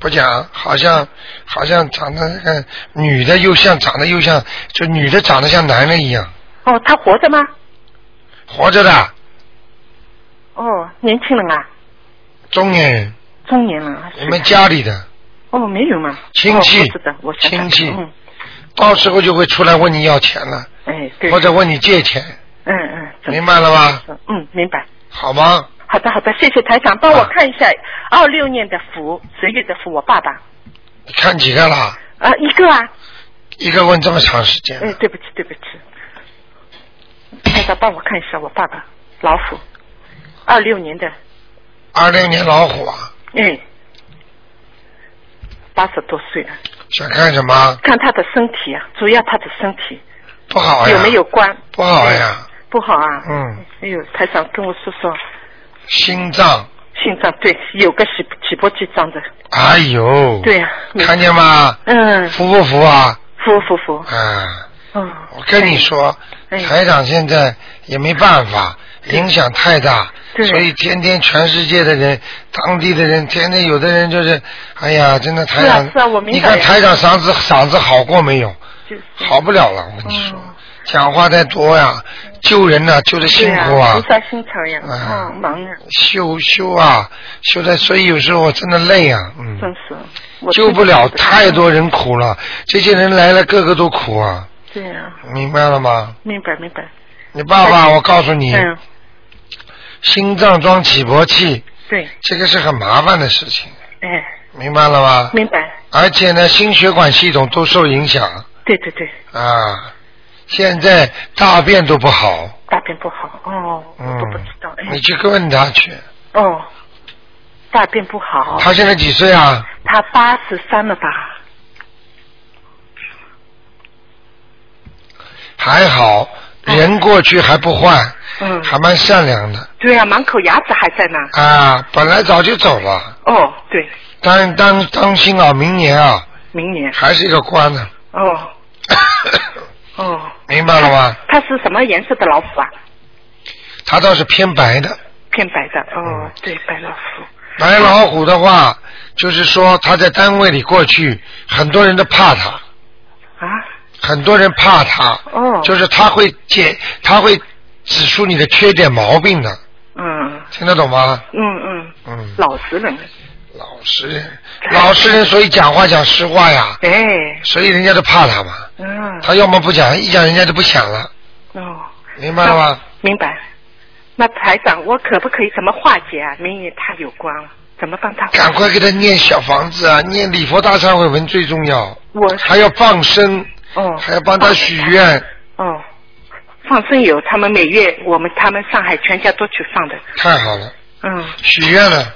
Speaker 1: 不讲，好像好像长得嗯，女的又像长得又像，就女的长得像男人一样，
Speaker 3: 哦，他活着吗？
Speaker 1: 活着的
Speaker 3: 哦，年轻人啊，
Speaker 1: 中年人，
Speaker 3: 中年人啊，
Speaker 1: 你
Speaker 3: 是
Speaker 1: 们家里的
Speaker 3: 哦，没有嘛，
Speaker 1: 亲戚
Speaker 3: 哦我知道，我想想
Speaker 1: 亲戚
Speaker 3: 嗯，
Speaker 1: 到时候就会出来问你要钱了，
Speaker 3: 哎，对，
Speaker 1: 或者问你借钱，
Speaker 3: 嗯嗯，怎么
Speaker 1: 明白了吧？
Speaker 3: 说嗯，明白。
Speaker 1: 好吗？
Speaker 3: 好的，好的，谢谢台长，帮我
Speaker 1: 啊
Speaker 3: 看一下二六年的福，十月的福，我爸爸
Speaker 1: 你看几个啦？
Speaker 3: 啊，一个啊，
Speaker 1: 一个问这么长时间
Speaker 3: 哎，
Speaker 1: 了，
Speaker 3: 对不起，对不起，台长帮我看一下我爸爸老虎，二六年的，
Speaker 1: 二六年老虎啊，
Speaker 3: 哎，八十多岁了，
Speaker 1: 想看什么？
Speaker 3: 看他的身体啊，主要他的身体
Speaker 1: 不哎好呀，
Speaker 3: 有没有关？
Speaker 1: 不好呀？
Speaker 3: 不好啊，
Speaker 1: 嗯，
Speaker 3: 哎呦，台长跟我说说，
Speaker 1: 心脏，
Speaker 3: 心脏对有个起起搏器脏的，
Speaker 1: 哎呦，
Speaker 3: 对啊，没
Speaker 1: 看见吗？
Speaker 3: 嗯，
Speaker 1: 服不服啊？
Speaker 3: 服服服，
Speaker 1: 啊。
Speaker 3: 嗯，
Speaker 1: 我跟你说，
Speaker 3: 哎
Speaker 1: 台长现在也没办法，影响太大，
Speaker 3: 对啊
Speaker 1: 所以天天全世界的人，当地的人，天天有的人就是，哎呀，真的台长，
Speaker 3: 是啊我明白
Speaker 1: 你看
Speaker 3: 呀
Speaker 1: 台长嗓子嗓子好过没有？
Speaker 3: 就是
Speaker 1: 好不了了，我跟你说，
Speaker 3: 嗯
Speaker 1: 讲话太多呀，救人呐、救的辛苦
Speaker 3: 对啊，菩萨心肠呀，
Speaker 1: 啊
Speaker 3: 啊，忙啊，
Speaker 1: 修修啊，修的，所以有时候我真的累啊，嗯，
Speaker 3: 真是我
Speaker 1: 救不了
Speaker 3: 真的
Speaker 1: 太多人苦了，这些人来了个个都苦啊，
Speaker 3: 对啊，
Speaker 1: 明白了吗？
Speaker 3: 明白明白，
Speaker 1: 你爸爸，我告诉你，
Speaker 3: 嗯，
Speaker 1: 心脏装起搏器，
Speaker 3: 对，
Speaker 1: 这个是很麻烦的事情，
Speaker 3: 哎，
Speaker 1: 明白了吗？
Speaker 3: 明白，
Speaker 1: 而且呢，心血管系统都受影响
Speaker 3: 对对对，
Speaker 1: 啊。现在大便都不好，
Speaker 3: 大便不好，哦，我
Speaker 1: 嗯
Speaker 3: 都不知道，，哎
Speaker 1: 你，去问他去。
Speaker 3: 哦，大便不好，
Speaker 1: 他现在几岁啊？
Speaker 3: 他八十三了吧？
Speaker 1: 还好，人过去还不坏，
Speaker 3: 哦嗯，
Speaker 1: 还蛮善良的
Speaker 3: 对啊，满口牙齿还在呢，
Speaker 1: 啊。本来早就走了，
Speaker 3: 哦，对，
Speaker 1: 但当当心啊，明年啊
Speaker 3: 明年，
Speaker 1: 还是一个官 呢，
Speaker 3: 哦哦，
Speaker 1: 明白了吗？
Speaker 3: 他是什么颜色的老虎啊？
Speaker 1: 他倒是偏白的。
Speaker 3: 偏白的，
Speaker 1: 嗯
Speaker 3: 哦，对，白老虎，
Speaker 1: 白老虎的话，就是说他在单位里过去，很多人都怕他，
Speaker 3: 啊，
Speaker 1: 很多人怕他，
Speaker 3: 哦，
Speaker 1: 就是他会解，他会指出你的缺点毛病的，
Speaker 3: 嗯
Speaker 1: 听得懂吗？
Speaker 3: 嗯嗯，
Speaker 1: 嗯，
Speaker 3: 老实人，
Speaker 1: 老实人，老实人，所以讲话讲实话呀，
Speaker 3: 哎，
Speaker 1: 所以人家都怕他嘛。
Speaker 3: 嗯，
Speaker 1: 他要么不讲，一讲人家就不想了，
Speaker 3: 哦，
Speaker 1: 明白了吗？
Speaker 3: 明白。那台长，我可不可以怎么化解啊？明年他有光，怎么帮他化解？
Speaker 1: 赶快给他念小房子啊，念礼佛大忏悔文最重要，
Speaker 3: 我
Speaker 1: 还要放生，
Speaker 3: 哦，
Speaker 1: 还要帮他许愿。
Speaker 3: 哦，放生有，他们每月我们他们上海全家都去放的，
Speaker 1: 太好了，
Speaker 3: 嗯，
Speaker 1: 许愿了。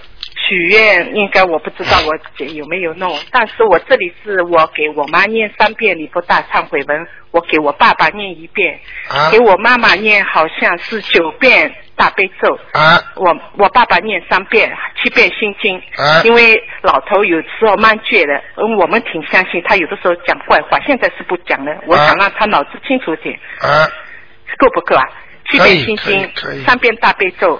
Speaker 3: 许愿应该我不知道我姐有没有弄，但是我这里是我给我妈念三遍礼佛大忏悔文，我给我爸爸念一遍，
Speaker 1: 啊
Speaker 3: 给我妈妈念好像是九遍大悲咒，
Speaker 1: 啊
Speaker 3: 我我爸爸念三遍，七遍心经，
Speaker 1: 啊
Speaker 3: 因为老头有时候蛮倔的，嗯，我们挺相信他，有的时候讲坏话，现在是不讲了。我
Speaker 1: 啊
Speaker 3: 想让他脑子清楚点，
Speaker 1: 啊！
Speaker 3: 够不够啊？七
Speaker 1: 可以
Speaker 3: 遍心
Speaker 1: 哎可以可以
Speaker 3: 经，三遍大悲咒，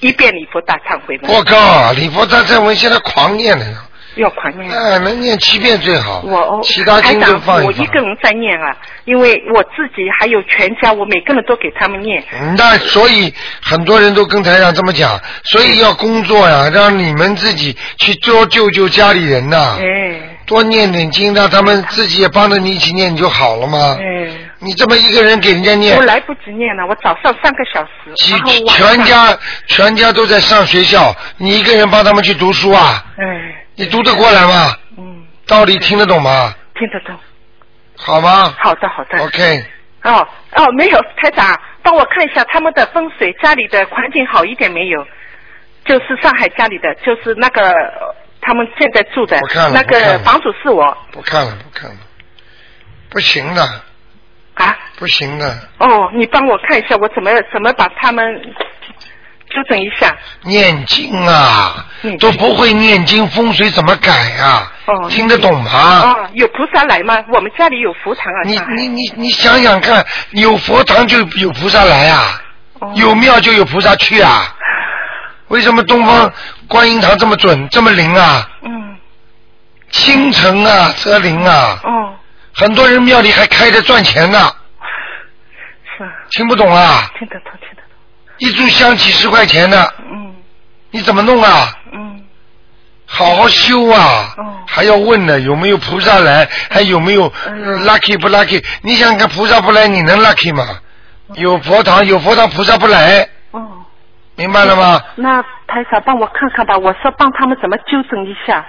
Speaker 3: 一遍礼佛大忏悔文，
Speaker 1: 我靠，啊礼佛大忏文现在狂念了呀，
Speaker 3: 要狂念。啊
Speaker 1: 哎，能念七遍最好，
Speaker 3: 我哦
Speaker 1: 其他经
Speaker 3: 台
Speaker 1: 都
Speaker 3: 长
Speaker 1: 放
Speaker 3: 我
Speaker 1: 一
Speaker 3: 一个
Speaker 1: 放。
Speaker 3: 人在念啊，因为我自己还有全家，我每个人都给他们念。
Speaker 1: 嗯那所以很多人都跟台长这么讲，所以要工作呀，让你们自己去多救救家里人呐，
Speaker 3: 哎
Speaker 1: 多念点经，让他们自己也帮着你一起念，你就好了嘛。
Speaker 3: 哎，
Speaker 1: 你这么一个人给人家啊念
Speaker 3: 我，来不及念了，我早上三个小时，
Speaker 1: 几
Speaker 3: 然后晚上
Speaker 1: 全家全家都在上学校，你一个人帮他们去读书啊，
Speaker 3: 哎
Speaker 1: 你读得过来吗？
Speaker 3: 嗯
Speaker 1: 道理听得懂吗？
Speaker 3: 听得懂。
Speaker 1: 好吗
Speaker 3: 好的，好的。
Speaker 1: ？OK，
Speaker 3: 哦哦，没有，台长，帮我看一下他们的风水，家里的环境好一点没有？就是上海家里的，就是那个呃他们现在住的
Speaker 1: 我看了
Speaker 3: 那
Speaker 1: 我看
Speaker 3: 个
Speaker 1: 了
Speaker 3: 房主是我
Speaker 1: 不看了，不看了，不行的，
Speaker 3: 啊，
Speaker 1: 不行的，
Speaker 3: 哦，你帮我看一下，我怎么怎么把他们纠正一下？
Speaker 1: 念经啊
Speaker 3: 念，
Speaker 1: 都
Speaker 3: 经
Speaker 1: 不会念经，风水怎么改啊？
Speaker 3: 哦
Speaker 1: 听得懂吗？
Speaker 3: 啊，有菩萨来吗？我们家里有佛堂啊，
Speaker 1: 你
Speaker 3: 上海
Speaker 1: 你你你想想看，有佛堂就有菩萨来啊，
Speaker 3: 哦
Speaker 1: 有庙就有菩萨去啊。为什么东方观音堂这么准，这么灵啊？
Speaker 3: 嗯
Speaker 1: 清晨啊，则灵啊，
Speaker 3: 哦
Speaker 1: 很多人庙里还开着赚钱呢、
Speaker 3: 是啊，
Speaker 1: 听不懂啊？
Speaker 3: 听得懂听得懂，
Speaker 1: 一炷香几十块钱呢，
Speaker 3: 嗯
Speaker 1: 你怎么弄啊？
Speaker 3: 嗯
Speaker 1: 好好修啊！
Speaker 3: 哦
Speaker 1: 还要问呢，有没有菩萨来？还有没有、呃
Speaker 3: 嗯
Speaker 1: lucky 不 lucky？你想想看，菩萨不来，你能 lucky 吗？
Speaker 3: 嗯
Speaker 1: 有佛堂，有佛堂，菩萨不来，
Speaker 3: 哦，
Speaker 1: 明白了吗？
Speaker 3: 那台长帮我看看吧，我说帮他们怎么纠正一下，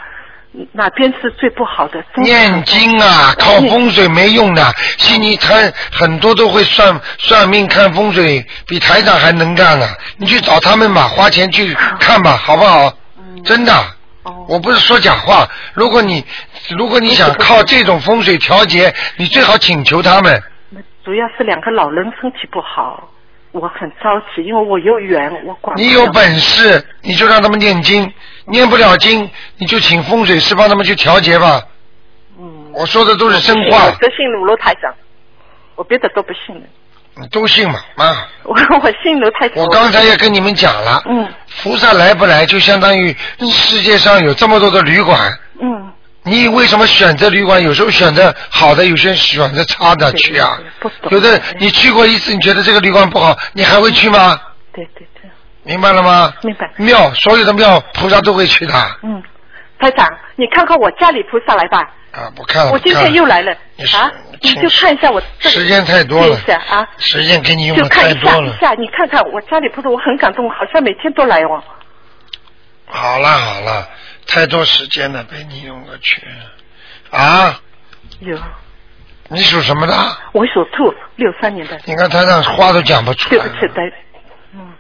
Speaker 3: 哪边是最不好的？真的
Speaker 1: 念经啊，
Speaker 3: 嗯
Speaker 1: 靠风水没用的。悉尼看很多都会算算命、看风水，比台长还能干啊！
Speaker 3: 嗯
Speaker 1: 你去找他们吧，花钱去看吧，好不好？真的，
Speaker 3: 嗯哦
Speaker 1: 我不是说假话。如果你如果你想靠这种风水调节，你最好请求他们。
Speaker 3: 主要是两个老人身体不好，我很着急，因为我有缘，我管不了
Speaker 1: 你有本事，你就让他们念经；念不了经，你就请风水师帮他们去调节吧。
Speaker 3: 嗯，
Speaker 1: 我说的都是真
Speaker 3: 我
Speaker 1: 话，
Speaker 3: 只信卢台长，我别的都不信了，
Speaker 1: 你都信嘛？啊，
Speaker 3: 我我信卢台长。
Speaker 1: 我刚才也跟你们讲了。
Speaker 3: 嗯
Speaker 1: 菩萨来不来，就相当于世界上有这么多的旅馆，
Speaker 3: 嗯，
Speaker 1: 你为什么选择旅馆？有时候选择好的，有些人选择差的
Speaker 3: 对
Speaker 1: 去啊
Speaker 3: 对对不懂。
Speaker 1: 有的你去过一次，你觉得这个旅馆不好，你还会去吗？
Speaker 3: 对对对，
Speaker 1: 明白了吗？
Speaker 3: 明白。
Speaker 1: 庙，所有的庙，菩萨都会去的
Speaker 3: 嗯，台长，你看看我家里菩萨来吧，
Speaker 1: 啊！不看了，
Speaker 3: 我今天又来了
Speaker 1: 你是
Speaker 3: 啊，你
Speaker 1: 请
Speaker 3: 就看一下我这
Speaker 1: 时间太多了
Speaker 3: 看一下啊，
Speaker 1: 时间给你用
Speaker 3: 就
Speaker 1: 的
Speaker 3: 看
Speaker 1: 太
Speaker 3: 一
Speaker 1: 多
Speaker 3: 下
Speaker 1: 了
Speaker 3: 一。下，你看看我家里菩萨，我很感动，好像每天都来哦。
Speaker 1: 好了好了，太多时间了，被你用过去了啊！
Speaker 3: 有，
Speaker 1: 你属什么的？
Speaker 3: 我属兔，六三年的，
Speaker 1: 你看台上话都讲不出
Speaker 3: 对
Speaker 1: 来
Speaker 3: 不
Speaker 1: 了。
Speaker 3: 起，台，嗯。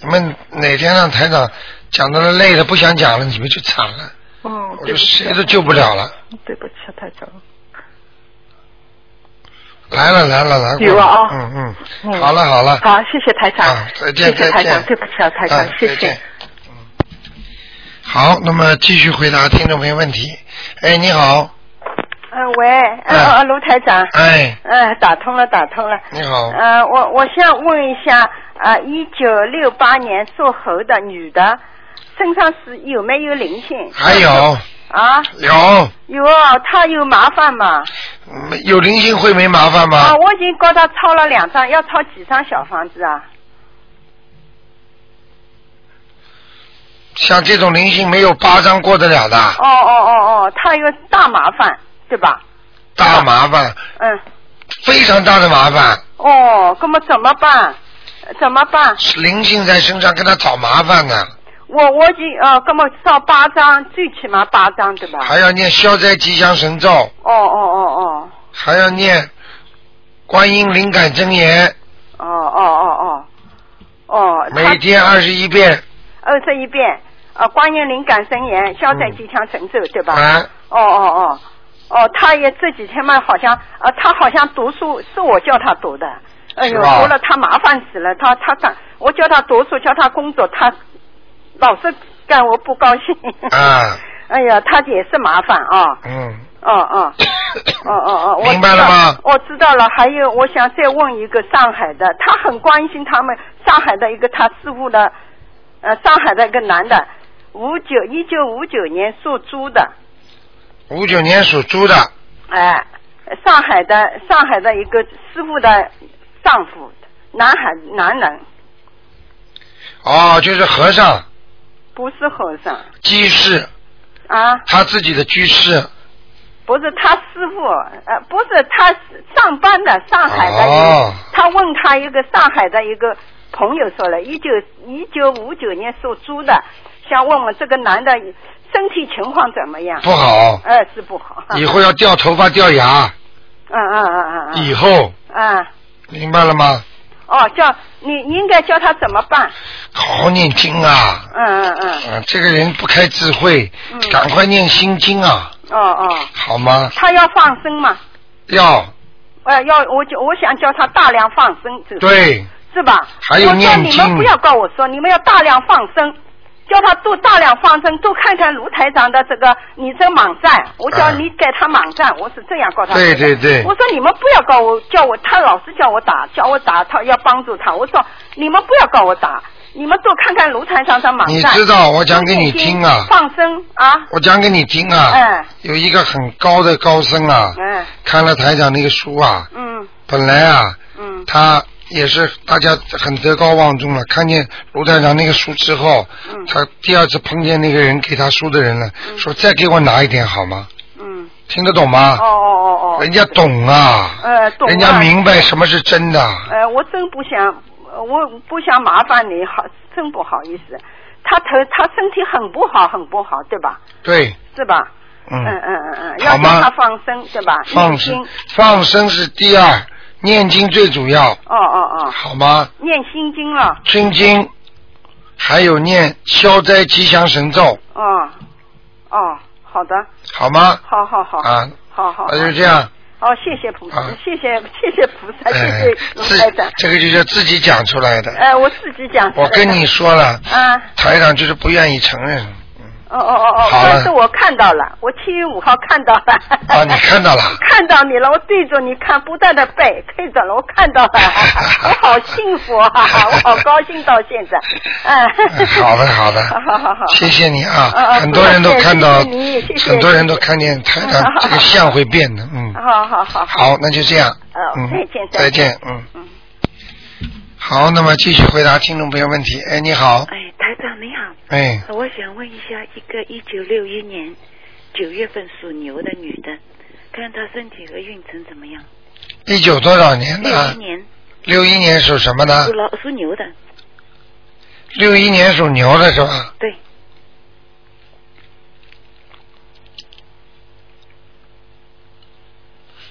Speaker 1: 你们哪天让台长讲的累的不想讲了，你们就惨了，
Speaker 3: 哦，
Speaker 1: 我
Speaker 3: 对
Speaker 1: 就
Speaker 3: 不起
Speaker 1: 谁，都救不了了。
Speaker 3: 对不起，啊台长。
Speaker 1: 来了来了来过
Speaker 3: 有了啊
Speaker 1: 嗯嗯，
Speaker 3: 嗯
Speaker 1: 好了好了，
Speaker 3: 好，谢谢台长
Speaker 1: 啊，，再见
Speaker 3: 谢
Speaker 1: 再
Speaker 3: 谢台
Speaker 1: 见
Speaker 3: 长，，对不起啊，台长
Speaker 1: 啊，
Speaker 3: 谢
Speaker 1: 再
Speaker 3: 谢
Speaker 1: 见。。嗯好，那么继续回答听众朋友问题。哎，你好，
Speaker 4: 嗯，喂，嗯，
Speaker 1: 哎
Speaker 4: 哦，卢台长，
Speaker 1: 哎，哦
Speaker 4: 嗯，打通了，打通了。
Speaker 1: 你好，
Speaker 4: 呃，我我想问一下，啊、1一九六八年属猴的女的，身上是有没有灵性？
Speaker 1: 还有
Speaker 4: 啊，
Speaker 1: 有
Speaker 4: 有哦，她有麻烦嘛？
Speaker 1: 嗯有灵性会没麻烦吗
Speaker 4: 啊，？我已经给她抄了两张，要抄几张小房子啊？
Speaker 1: 像这种灵性没有八张过得了的，
Speaker 4: 哦哦哦哦，她有大麻烦，对吧？
Speaker 1: 大麻烦，
Speaker 4: 嗯，
Speaker 1: 非常大的麻烦。
Speaker 4: 哦，那么怎么办？怎么办？
Speaker 1: 灵性在身上跟他找麻烦呢、
Speaker 4: 我我已经呃，那么烧八张，最起码八张对吧？
Speaker 1: 还要念消灾吉祥神咒，
Speaker 4: 哦哦哦哦。
Speaker 1: 还要念观音灵感真言，
Speaker 4: 哦哦哦哦，哦，
Speaker 1: 每天二十一遍。
Speaker 4: 二十一遍，呃，观音灵感真言，消灾吉祥神咒，对吧？
Speaker 1: 啊，
Speaker 4: 哦哦哦，哦，他也这几天嘛，好像呃，他好像读书是我叫他读的，哎
Speaker 1: 是
Speaker 4: 呦，
Speaker 1: 吧
Speaker 4: 读了他麻烦死了，他他干，我叫他读书，叫他工作，他老是干我不高兴。
Speaker 1: 啊。
Speaker 4: 哎呀，他也是麻烦啊、
Speaker 1: 嗯，
Speaker 4: 哦哦。哦哦哦，我
Speaker 1: 明白了
Speaker 4: 知
Speaker 1: 吗
Speaker 4: 道？我知道了。还有，我想再问一个上海的，他很关心他们上海的一个他师傅的，呃，上海的一个男的，五九一九五九年属猪的，
Speaker 1: 五九年属猪的，
Speaker 4: 哎、上海的上海的一个师傅的丈夫，男孩男人，
Speaker 1: 哦，就是和尚
Speaker 4: 不是和尚
Speaker 1: 居士，
Speaker 4: 啊，
Speaker 1: 他自己的居士。
Speaker 4: 不是他师傅，呃，不是他上班的上海的一个，
Speaker 1: 哦
Speaker 4: 他问他一个上海的一个朋友说了，一九一九五九年属猪的，想问问这个男的身体情况怎么样？
Speaker 1: 不好，
Speaker 4: 呃，是不好。嗯
Speaker 1: 以后要掉头发、掉牙，
Speaker 4: 嗯嗯嗯
Speaker 1: 以后
Speaker 4: 嗯。啊，
Speaker 1: 明白了吗？
Speaker 4: 哦，叫你你应该教他怎么办？
Speaker 1: 好好念经啊！
Speaker 4: 嗯嗯嗯，
Speaker 1: 啊，这个人不开智慧，
Speaker 4: 嗯
Speaker 1: 赶快念心经啊，
Speaker 4: 哦哦，
Speaker 1: 好吗？
Speaker 4: 他要放生嘛？
Speaker 1: 要
Speaker 4: 呃，要我就我想叫他大量放生，这个
Speaker 1: 对，
Speaker 4: 是吧？
Speaker 1: 还有
Speaker 4: 我叫
Speaker 1: 念
Speaker 4: 你
Speaker 1: 经
Speaker 4: 们不要跟我说，你们要大量放生，叫他多大量放生，多看看卢台长的这个你这网站，我叫
Speaker 1: 嗯
Speaker 4: 你给他网站，我是这样告诉他
Speaker 1: 对
Speaker 4: 的。
Speaker 1: 对对
Speaker 4: 我说你们不要告我，叫我他老是叫我打，叫我打他要帮助他，我说你们不要告我打，你们多看看卢台长的网站。
Speaker 1: 你知道我讲给你听啊
Speaker 4: 放生啊，
Speaker 1: 我讲给你听啊，
Speaker 4: 嗯
Speaker 1: 有一个很高的高僧啊，
Speaker 4: 嗯
Speaker 1: 看了台长那个书啊，
Speaker 4: 嗯
Speaker 1: 本来啊，
Speaker 4: 嗯
Speaker 1: 他也是大家很德高望重了，看见卢台长那个书之后，
Speaker 4: 嗯
Speaker 1: 他第二次碰见那个人给他书的人了，说再给我拿一点好吗？
Speaker 4: 嗯，
Speaker 1: 听得懂吗？
Speaker 4: 哦哦哦哦，
Speaker 1: 啊人家懂啊，
Speaker 4: 呃懂啊
Speaker 1: 人家明白什么是真的。
Speaker 4: 呃，我真不想，呃我不想麻烦你，好，真不好意思。他头他身体很不好，很不好，对吧？
Speaker 1: 对，
Speaker 4: 是吧？
Speaker 1: 嗯，
Speaker 4: 嗯嗯嗯，
Speaker 1: 好
Speaker 4: 要
Speaker 1: 吗
Speaker 4: 让他放生，对吧？
Speaker 1: 放
Speaker 4: 念
Speaker 1: 生
Speaker 4: 经，
Speaker 1: 放生是第二，念经最主要，
Speaker 4: 哦哦哦，
Speaker 1: 好吗？
Speaker 4: 念心经了，
Speaker 1: 心经，还有念消灾吉祥神咒，
Speaker 4: 哦哦，好的，
Speaker 1: 好吗？
Speaker 4: 好好好，
Speaker 1: 啊，
Speaker 4: 好好好，
Speaker 1: 那就这样。
Speaker 4: 哦，谢谢菩萨
Speaker 1: 啊，
Speaker 4: 谢谢谢谢菩萨，谢
Speaker 1: 哎
Speaker 4: 谢，卢
Speaker 1: 自
Speaker 4: 台长。
Speaker 1: 这个就是自己讲出来的。
Speaker 4: 哎，我自己讲出来
Speaker 1: 我
Speaker 4: 的。
Speaker 1: 跟你说了，
Speaker 4: 啊，
Speaker 1: 台长就是不愿意承认。
Speaker 4: 哦哦哦哦，
Speaker 1: 好了
Speaker 4: 但是我看到了，我七月五号看到了。
Speaker 1: 啊你看到了
Speaker 4: 看到你了，我对着你看，不断的背，对着了，我看到了， 啊我好幸福啊，我好高兴到现 在。
Speaker 1: 嗯
Speaker 4: 嗯，
Speaker 1: 好的，好的，
Speaker 4: 好 好好好。
Speaker 1: 谢谢你啊，
Speaker 4: 啊啊
Speaker 1: 很多人都看到，
Speaker 4: 谢谢你谢谢
Speaker 1: 很多人都看见台长这个相会变的，嗯，
Speaker 4: 好好好好。
Speaker 1: 好，那就这样，
Speaker 4: 哦
Speaker 1: 嗯，
Speaker 4: 再见
Speaker 1: 再
Speaker 4: 再见
Speaker 1: 见，嗯
Speaker 4: 嗯，
Speaker 1: 好，那么继续回答听众朋友问题，哎，你好，
Speaker 5: 哎，台长你好，
Speaker 1: 哎，
Speaker 5: 我想问一下，一个一九六一年九月份属牛的女的，看她身体和运程怎么样？
Speaker 1: 一九多少年
Speaker 5: 六
Speaker 1: 的
Speaker 5: 一？年
Speaker 1: 六一年属什么的
Speaker 5: 属？老属牛的，
Speaker 1: 六一年属牛的是吧？
Speaker 5: 对，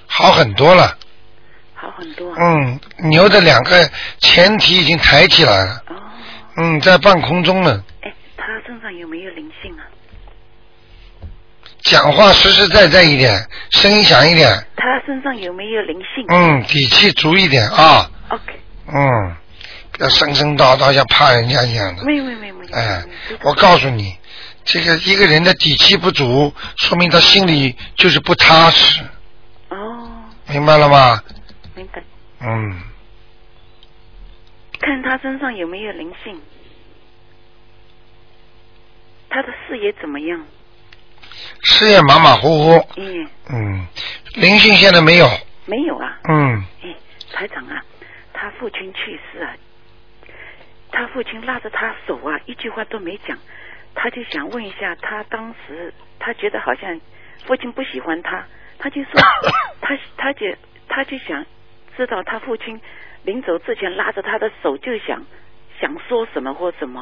Speaker 1: 好很多了，
Speaker 5: 好很多啊。
Speaker 1: 嗯，牛的两个前蹄已经抬起来了，
Speaker 5: 哦，
Speaker 1: 嗯，在半空中呢，
Speaker 5: 哎，她身上有没有灵性啊？
Speaker 1: 讲话实实在在一点，声音响一点，
Speaker 5: 她身上有没有灵性、
Speaker 1: 嗯，底气足一点啊，
Speaker 5: o k
Speaker 1: 嗯，不要声声道道像怕人家一样的。
Speaker 5: 没有没有没有没有。
Speaker 1: 哎
Speaker 5: 没有，
Speaker 1: 我告诉你，这个一个人的底气不足，说明他心里就是不踏实，
Speaker 5: 哦，
Speaker 1: 明白了吗？
Speaker 5: 明白。
Speaker 1: 嗯，
Speaker 5: 看她身上有没有灵性，她的视野怎么样？
Speaker 1: 事业马马虎虎，
Speaker 5: 嗯，
Speaker 1: 嗯，灵性现在没有，
Speaker 5: 没有啊。
Speaker 1: 嗯，
Speaker 5: 哎，台长啊，他父亲去世啊，他父亲拉着他手啊，一句话都没讲，他就想问一下，他当时他觉得好像父亲不喜欢他，他就 说他他就他就想知道他父亲临走之前拉着他的手，就想想说什么或什么，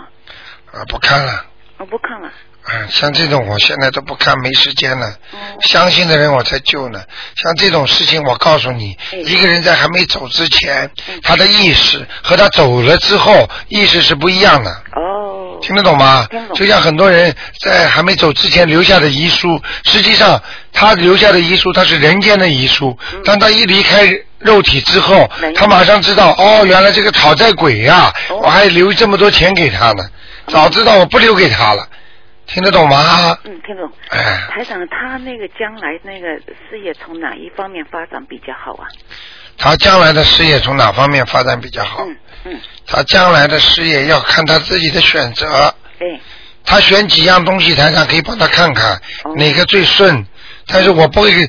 Speaker 1: 啊，不看了，
Speaker 5: 我不看了，
Speaker 1: 啊，像这种我现在都不看，没时间了。
Speaker 5: 哦
Speaker 1: 相信的人我才救呢。像这种事情，我告诉你，
Speaker 5: 嗯
Speaker 1: 一个人在还没走之前
Speaker 5: 嗯，
Speaker 1: 他的意识和他走了之后意识是不一样的。
Speaker 5: 哦，
Speaker 1: 听得懂吗
Speaker 5: 听？懂
Speaker 1: 就像很多人在还没走之前留下的遗书，实际上他留下的遗书，他是人间的遗书。
Speaker 5: 嗯
Speaker 1: 当他一离开肉体之后
Speaker 5: 没，
Speaker 1: 他马上知道，哦，原来这个讨债鬼呀、
Speaker 5: 哦
Speaker 1: 我还留这么多钱给他呢，早知道我不留给他了。听得懂吗？
Speaker 5: 嗯，听懂。
Speaker 1: 哎，
Speaker 5: 台长，他那个将来那个事业从哪一方面发展比较好啊？
Speaker 1: 他将来的事业从哪方面发展比较好？
Speaker 5: 嗯嗯，
Speaker 1: 他将来的事业要看他自己的选择，
Speaker 5: 对。
Speaker 1: 他选几样东西，台上可以帮他看看、
Speaker 5: 哦
Speaker 1: 哪个最顺。但是我不会给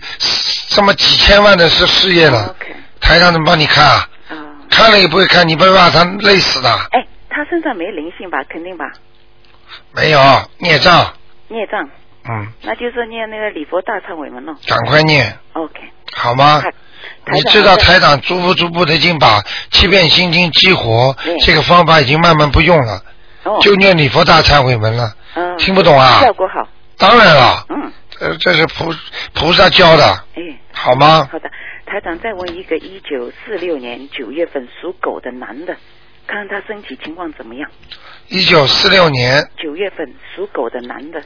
Speaker 1: 这么几千万的事事业了，
Speaker 5: OK，
Speaker 1: 台上怎么帮你看啊？
Speaker 5: 啊、
Speaker 1: 看了也不会看，你不会把他累死的。
Speaker 5: 哎，他身上没灵性吧？肯定吧？
Speaker 1: 没有孽障，
Speaker 5: 孽障，
Speaker 1: 嗯，
Speaker 5: 那就是念那个礼佛大忏悔文咯。
Speaker 1: 赶快念，
Speaker 5: OK，
Speaker 1: 好吗
Speaker 5: 好？台
Speaker 1: 你
Speaker 5: 长
Speaker 1: 啊知道
Speaker 5: 我在
Speaker 1: 台长逐步逐步的已经把七遍心经激活
Speaker 5: 对
Speaker 1: 这个方法已经慢慢不用了，
Speaker 5: 哦，
Speaker 1: 就念礼佛大忏悔文了。
Speaker 5: 嗯，
Speaker 1: 听不懂啊
Speaker 5: 效果好，
Speaker 1: 当然了，
Speaker 5: 嗯，
Speaker 1: 这这是菩菩萨教的，
Speaker 5: 哎，
Speaker 1: 好吗？
Speaker 5: 好的。台长再问一个，一九四六年九月份属狗的男的，看他身体情况怎么样？
Speaker 1: 一九四六年，
Speaker 5: 九月份属狗的男的，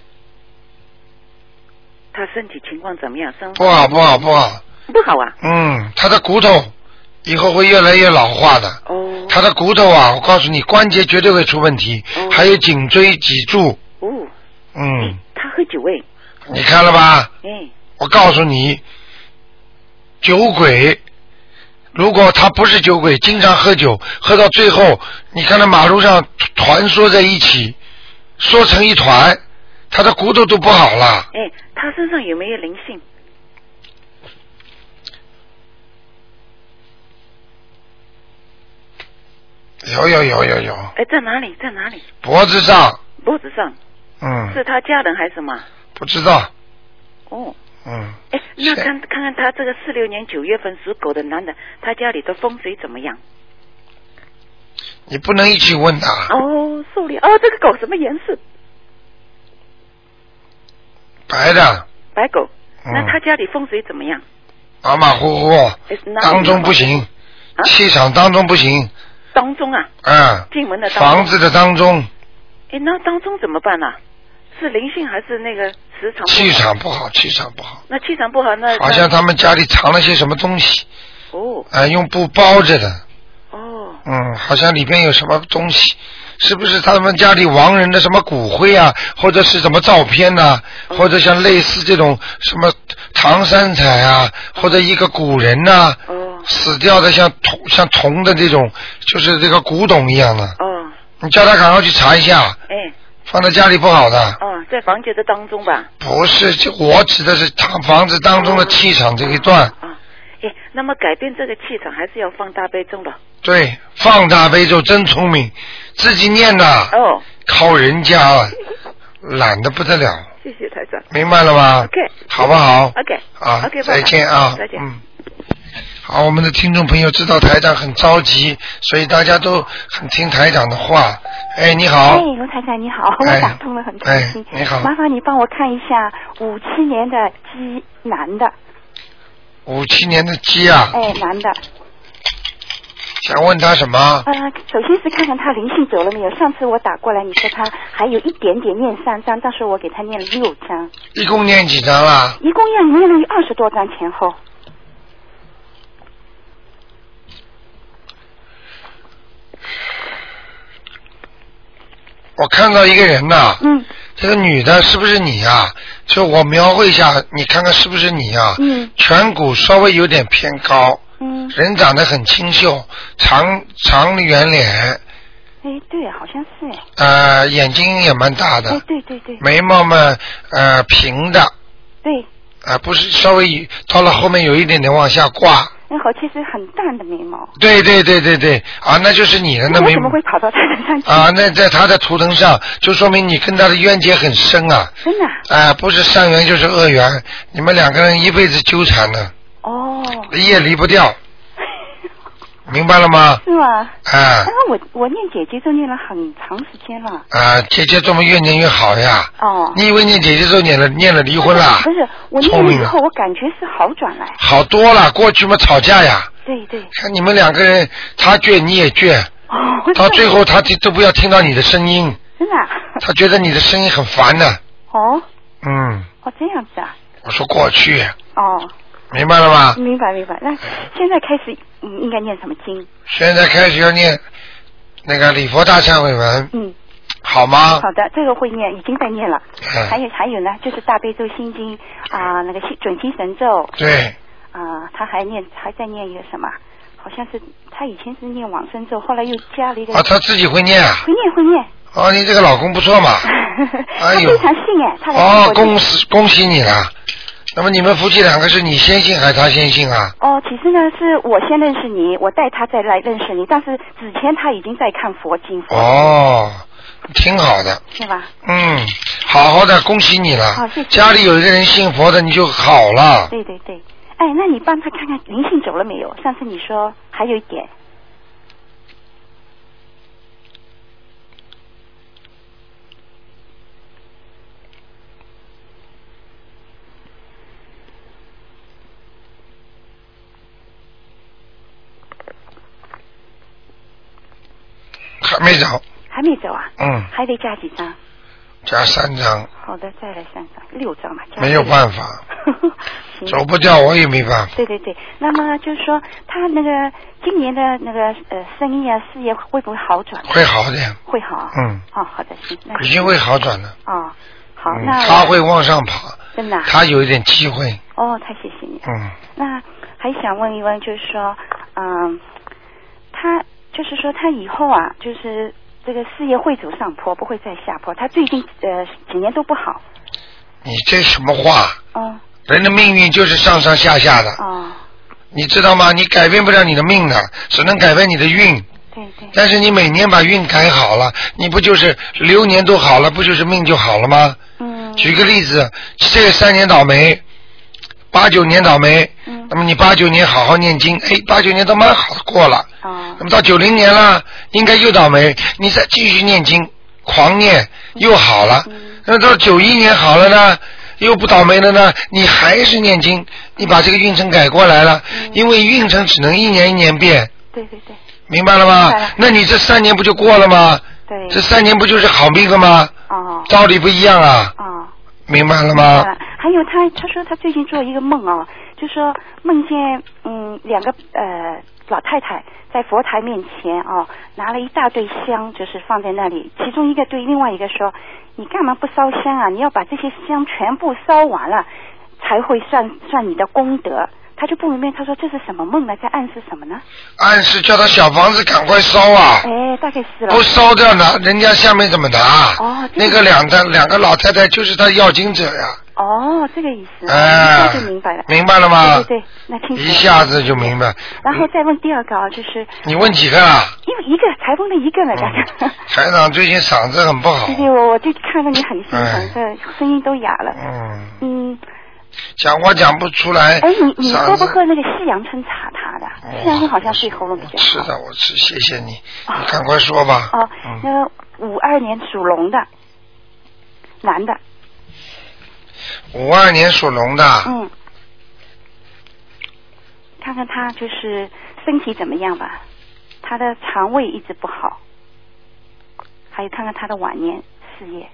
Speaker 5: 他身体情况怎么样？身
Speaker 1: 哦不好不好不好，
Speaker 5: 不好啊。
Speaker 1: 嗯，他的骨头以后会越来越老化的。
Speaker 5: 哦
Speaker 1: 他的骨头啊，我告诉你，关节绝对会出问题，
Speaker 5: 哦
Speaker 1: 还有颈椎、脊柱。
Speaker 5: 哦，
Speaker 1: 嗯，
Speaker 5: 他喝酒哎，
Speaker 1: 你看了吧？
Speaker 5: 哎，
Speaker 1: 我告诉你，酒鬼，如果他不是酒鬼，经常喝酒，喝到最后，你看他马路上团缩在一起，缩成一团，他的骨头都不好了。
Speaker 5: 哎，他身上有没有灵性？
Speaker 1: 有有有有有，
Speaker 5: 哎，在哪里？在哪里？
Speaker 1: 脖子上，
Speaker 5: 脖子上
Speaker 1: 嗯，
Speaker 5: 是他家人还是什么？
Speaker 1: 不知道，
Speaker 5: 哦，
Speaker 1: 嗯，
Speaker 5: 哎，那
Speaker 1: 是
Speaker 5: 看看看他这个四六年九月份属狗的男的，他家里的风水怎么 样？
Speaker 1: 你不能一起问他。
Speaker 5: 哦，受理哦，这个狗什么颜色？
Speaker 1: 白的，
Speaker 5: 白狗。
Speaker 1: 嗯
Speaker 5: 那他家里风水怎么样？
Speaker 1: 马马虎虎，
Speaker 5: 哎哪里
Speaker 1: 当中不行，
Speaker 5: 啊
Speaker 1: 气场当中不行，
Speaker 5: 当中啊，
Speaker 1: 啊，
Speaker 5: 进门的当中
Speaker 1: 房子的当中
Speaker 5: 哎，那当中怎么办呢、是灵性还是那个磁场？
Speaker 1: 气。场不好，气场不好，
Speaker 5: 那气场不好，那
Speaker 1: 好像他们家里藏了些什么东西，
Speaker 5: 那哦
Speaker 1: 啊，用布包着的，
Speaker 5: 哦
Speaker 1: 嗯，好像里边有什么东西，是不是他们家里亡人的什么骨灰啊，或者是什么照片呐、或者像类似这种什么唐三彩啊，或者一个古人呐、
Speaker 5: 哦
Speaker 1: 死掉的像铜像铜的这种，就是这个古董一样的。
Speaker 5: 哦，
Speaker 1: 你叫他赶快去查一下，
Speaker 5: 哎
Speaker 1: 放在家里不好的。
Speaker 5: 哦，在房间的当中吧。
Speaker 1: 不是，就我指的是他房子当中的气场这一段。
Speaker 5: 啊，哎，那么改变这个气场还是要放大悲咒了。
Speaker 1: 对，放大悲咒真聪明，自己念的，
Speaker 5: 哦，
Speaker 1: 靠人家啊，懒得不得了，
Speaker 5: 谢谢台长。
Speaker 1: 明白了吗
Speaker 5: OK
Speaker 1: 好不好
Speaker 5: OK
Speaker 1: 啊
Speaker 5: OK，
Speaker 1: 再见啊，
Speaker 5: 再见。
Speaker 1: 嗯好，我们的听众朋友知道台长很着急，所以大家都很听台长的话。哎，你好
Speaker 6: 哎，，卢台长你好，我
Speaker 1: 哎
Speaker 6: 打通了，很开心。
Speaker 1: 哎你好
Speaker 6: 麻烦你帮我看一下五七年的鸡男的，
Speaker 1: 五七年的鸡啊，
Speaker 6: 哎，男的，
Speaker 1: 想问他什么？
Speaker 6: 呃，首先是看看他灵性走了没有。上次我打过来，你说他还有一点点念三张，当时我给他念了六张，
Speaker 1: 一共念几张啊啦？
Speaker 6: 一共要念了有二十多张前后。
Speaker 1: 我看到一个人呐、
Speaker 6: 嗯
Speaker 1: 这个女的是不是你啊？就我描绘一下，你看看是不是你啊？
Speaker 6: 嗯
Speaker 1: 颧骨稍微有点偏高，
Speaker 6: 嗯，
Speaker 1: 人长得很清秀，长长圆脸，
Speaker 6: 哎，对，好像是哎，
Speaker 1: 呃，眼睛也蛮大
Speaker 6: 哎
Speaker 1: 的，，
Speaker 6: 对对对
Speaker 1: 眉毛嘛，呃，平的，啊、呃
Speaker 6: 对，
Speaker 1: 不是稍微到了后面有一点点往下挂。
Speaker 6: 那好，其实很淡的眉毛，
Speaker 1: 对对对对对，啊，那就是你的那
Speaker 6: 那我
Speaker 1: 眉
Speaker 6: 怎么会跑到他身上去？
Speaker 1: 啊，那在他的图腾上，就说明你跟他的冤结很深啊。
Speaker 6: 真的啊？
Speaker 1: 啊，不是善缘就是恶缘，你们两个人一辈子纠缠呢，
Speaker 6: 哦，
Speaker 1: 离也离不掉，明白了吗？
Speaker 6: 是吗？
Speaker 1: 啊
Speaker 6: 啊，我我念姐姐咒念了很长时间了。
Speaker 1: 啊，姐姐这么越念越好呀。
Speaker 6: 哦，
Speaker 1: 你以为念姐姐咒念了念了离婚啦
Speaker 6: 不？是，我
Speaker 1: 聪
Speaker 6: 念了
Speaker 1: 明啊
Speaker 6: 以
Speaker 1: 了
Speaker 6: 后，我感觉是好转了。
Speaker 1: 好多了，过去嘛吵架呀，
Speaker 6: 对对，
Speaker 1: 看你们两个人，他倔你也倔，
Speaker 6: 哦，我
Speaker 1: 到最后他听都不要听到你的声音，
Speaker 6: 真的啊、
Speaker 1: 他觉得你的声音很烦呢。
Speaker 6: 哦
Speaker 1: 嗯，
Speaker 6: 哦这样子啊，
Speaker 1: 我说过去，
Speaker 6: 哦，
Speaker 1: 明白了吗？
Speaker 6: 明白明白。那现在开始，嗯，应该念什么经？
Speaker 1: 现在开始要念那个礼佛大忏悔文，
Speaker 6: 嗯，
Speaker 1: 好吗？
Speaker 6: 好的，这个会念，已经在念了。
Speaker 1: 啊嗯
Speaker 6: 还有还有呢，就是大悲咒心经啊、那个心准心神咒
Speaker 1: 对，
Speaker 6: 啊、他还念还在念一个什么？好像是他以前是念往生咒，后来又加了一个。
Speaker 1: 啊，他自己会念啊。
Speaker 6: 会念会念，
Speaker 1: 哦，你这个老公不错嘛。
Speaker 6: 他
Speaker 1: 哎呦
Speaker 6: 非常信哎，他来
Speaker 1: 哦，
Speaker 6: 中国
Speaker 1: 恭喜恭喜你了。那么你们夫妻两个是你先信还是他先信啊？
Speaker 6: 哦，其实呢，是我先认识你，我带他再来认识你，但是之前他已经在看佛经，
Speaker 1: 哦，挺好的，
Speaker 6: 是吧？
Speaker 1: 嗯，好好的，恭喜你了
Speaker 6: 好谢谢。
Speaker 1: 家里有一个人信佛的，你就好了。
Speaker 6: 对对对，哎，那你帮他看看灵性走了没有？上次你说还有一点，
Speaker 1: 还没找，
Speaker 6: 还没走啊？
Speaker 1: 嗯，
Speaker 6: 还得加几张？
Speaker 1: 加三张，
Speaker 6: 好的，再来三张，六张嘛。加
Speaker 1: 没有
Speaker 6: 六张嗯
Speaker 1: 办法，
Speaker 6: 行
Speaker 1: 走不掉我也没办法。
Speaker 6: 对对对，那么就是说他那个今年的那个呃生意啊事业会不会好转？
Speaker 1: 会好点，
Speaker 6: 会好啊。
Speaker 1: 嗯，
Speaker 6: 哦，好的，行，那
Speaker 1: 已经会好转了。
Speaker 6: 哦，好，
Speaker 1: 嗯，
Speaker 6: 那
Speaker 1: 他会往上爬，
Speaker 6: 真的啊
Speaker 1: 他有一点机会。
Speaker 6: 哦，太谢谢你。
Speaker 1: 嗯，
Speaker 6: 那还想问一问，就是说，嗯，他就是说他以后啊，就是这个事业会走上坡，不会再下坡。他最近呃几年都不好，
Speaker 1: 你这什么话？
Speaker 6: 嗯，
Speaker 1: 人的命运就是上上下下的，
Speaker 6: 哦，
Speaker 1: 你知道吗？你改变不了你的命的，只能改变你的运。
Speaker 6: 对对，
Speaker 1: 但是你每年把运改好了，你不就是流年都好了，不就是命就好了吗？
Speaker 6: 嗯，
Speaker 1: 举个例子，这三年倒霉，八九年倒霉，
Speaker 6: 嗯
Speaker 1: 那么你八九年好好念经，哎，八九年都蛮好的过了，
Speaker 6: 哦
Speaker 1: 那，么到九零年了，应该又倒霉，你再继续念经，狂念又好了，那么到九一年好了呢，又不倒霉了呢，你还是念经，你把这个运程改过来了，因为运程只能一年一年变，
Speaker 6: 对对对
Speaker 1: 明白了吗
Speaker 6: 明白嗯了？
Speaker 1: 那你这三年不就过了吗？这
Speaker 6: 对，
Speaker 1: 三年不就是好命了吗？
Speaker 6: 哦
Speaker 1: 道理不一样啊，
Speaker 6: 哦。
Speaker 1: 明白了吗？
Speaker 6: 啊，还有他，他说他最近做一个梦哦，就说梦见嗯两个呃老太太在佛台面前哦，拿了一大堆香，就是放在那里。其中一个对另外一个说：“你干嘛不烧香啊？你要把这些香全部烧完了，才会算算你的功德。”他就不明白，他说这是什么梦呢？在暗示什么呢？
Speaker 1: 暗示叫他小房子赶快烧啊，
Speaker 6: 哎，大概是了
Speaker 1: 不。烧掉拿，人家下面怎么拿？
Speaker 6: 哦这
Speaker 1: 那个两个两个老太太就是他要经者呀、
Speaker 6: 哦，这个意思，
Speaker 1: 哎、
Speaker 6: 一下就明白了。
Speaker 1: 明白了吗？
Speaker 6: 对对对，那听
Speaker 1: 一下子就明白。
Speaker 6: 然后再问第二个啊，就是
Speaker 1: 你问几个啊？
Speaker 6: 因为一个才问了一个呢，大
Speaker 1: 嗯
Speaker 6: 家。
Speaker 1: 台长最近嗓子很不好
Speaker 6: 对，对，我我就看着你很心疼，
Speaker 1: 哎
Speaker 6: 这声音都哑了。
Speaker 1: 嗯，啊
Speaker 6: 嗯，
Speaker 1: 讲话讲不出来。
Speaker 6: 哎，你你
Speaker 1: 嗓
Speaker 6: 喝不
Speaker 1: 子
Speaker 6: 喝那个西洋参茶茶的？西洋参好像对喉咙比较
Speaker 1: 吃
Speaker 6: 好。
Speaker 1: 哎的，我吃，谢谢你，
Speaker 6: 哦
Speaker 1: 你赶快说吧。
Speaker 6: 哦，
Speaker 1: 嗯，
Speaker 6: 那个五二年属龙的，男的，
Speaker 1: 五二年属龙的，
Speaker 6: 嗯，看看他就是身体怎么样吧，他的肠胃一直不好，还有看看他的晚年事业。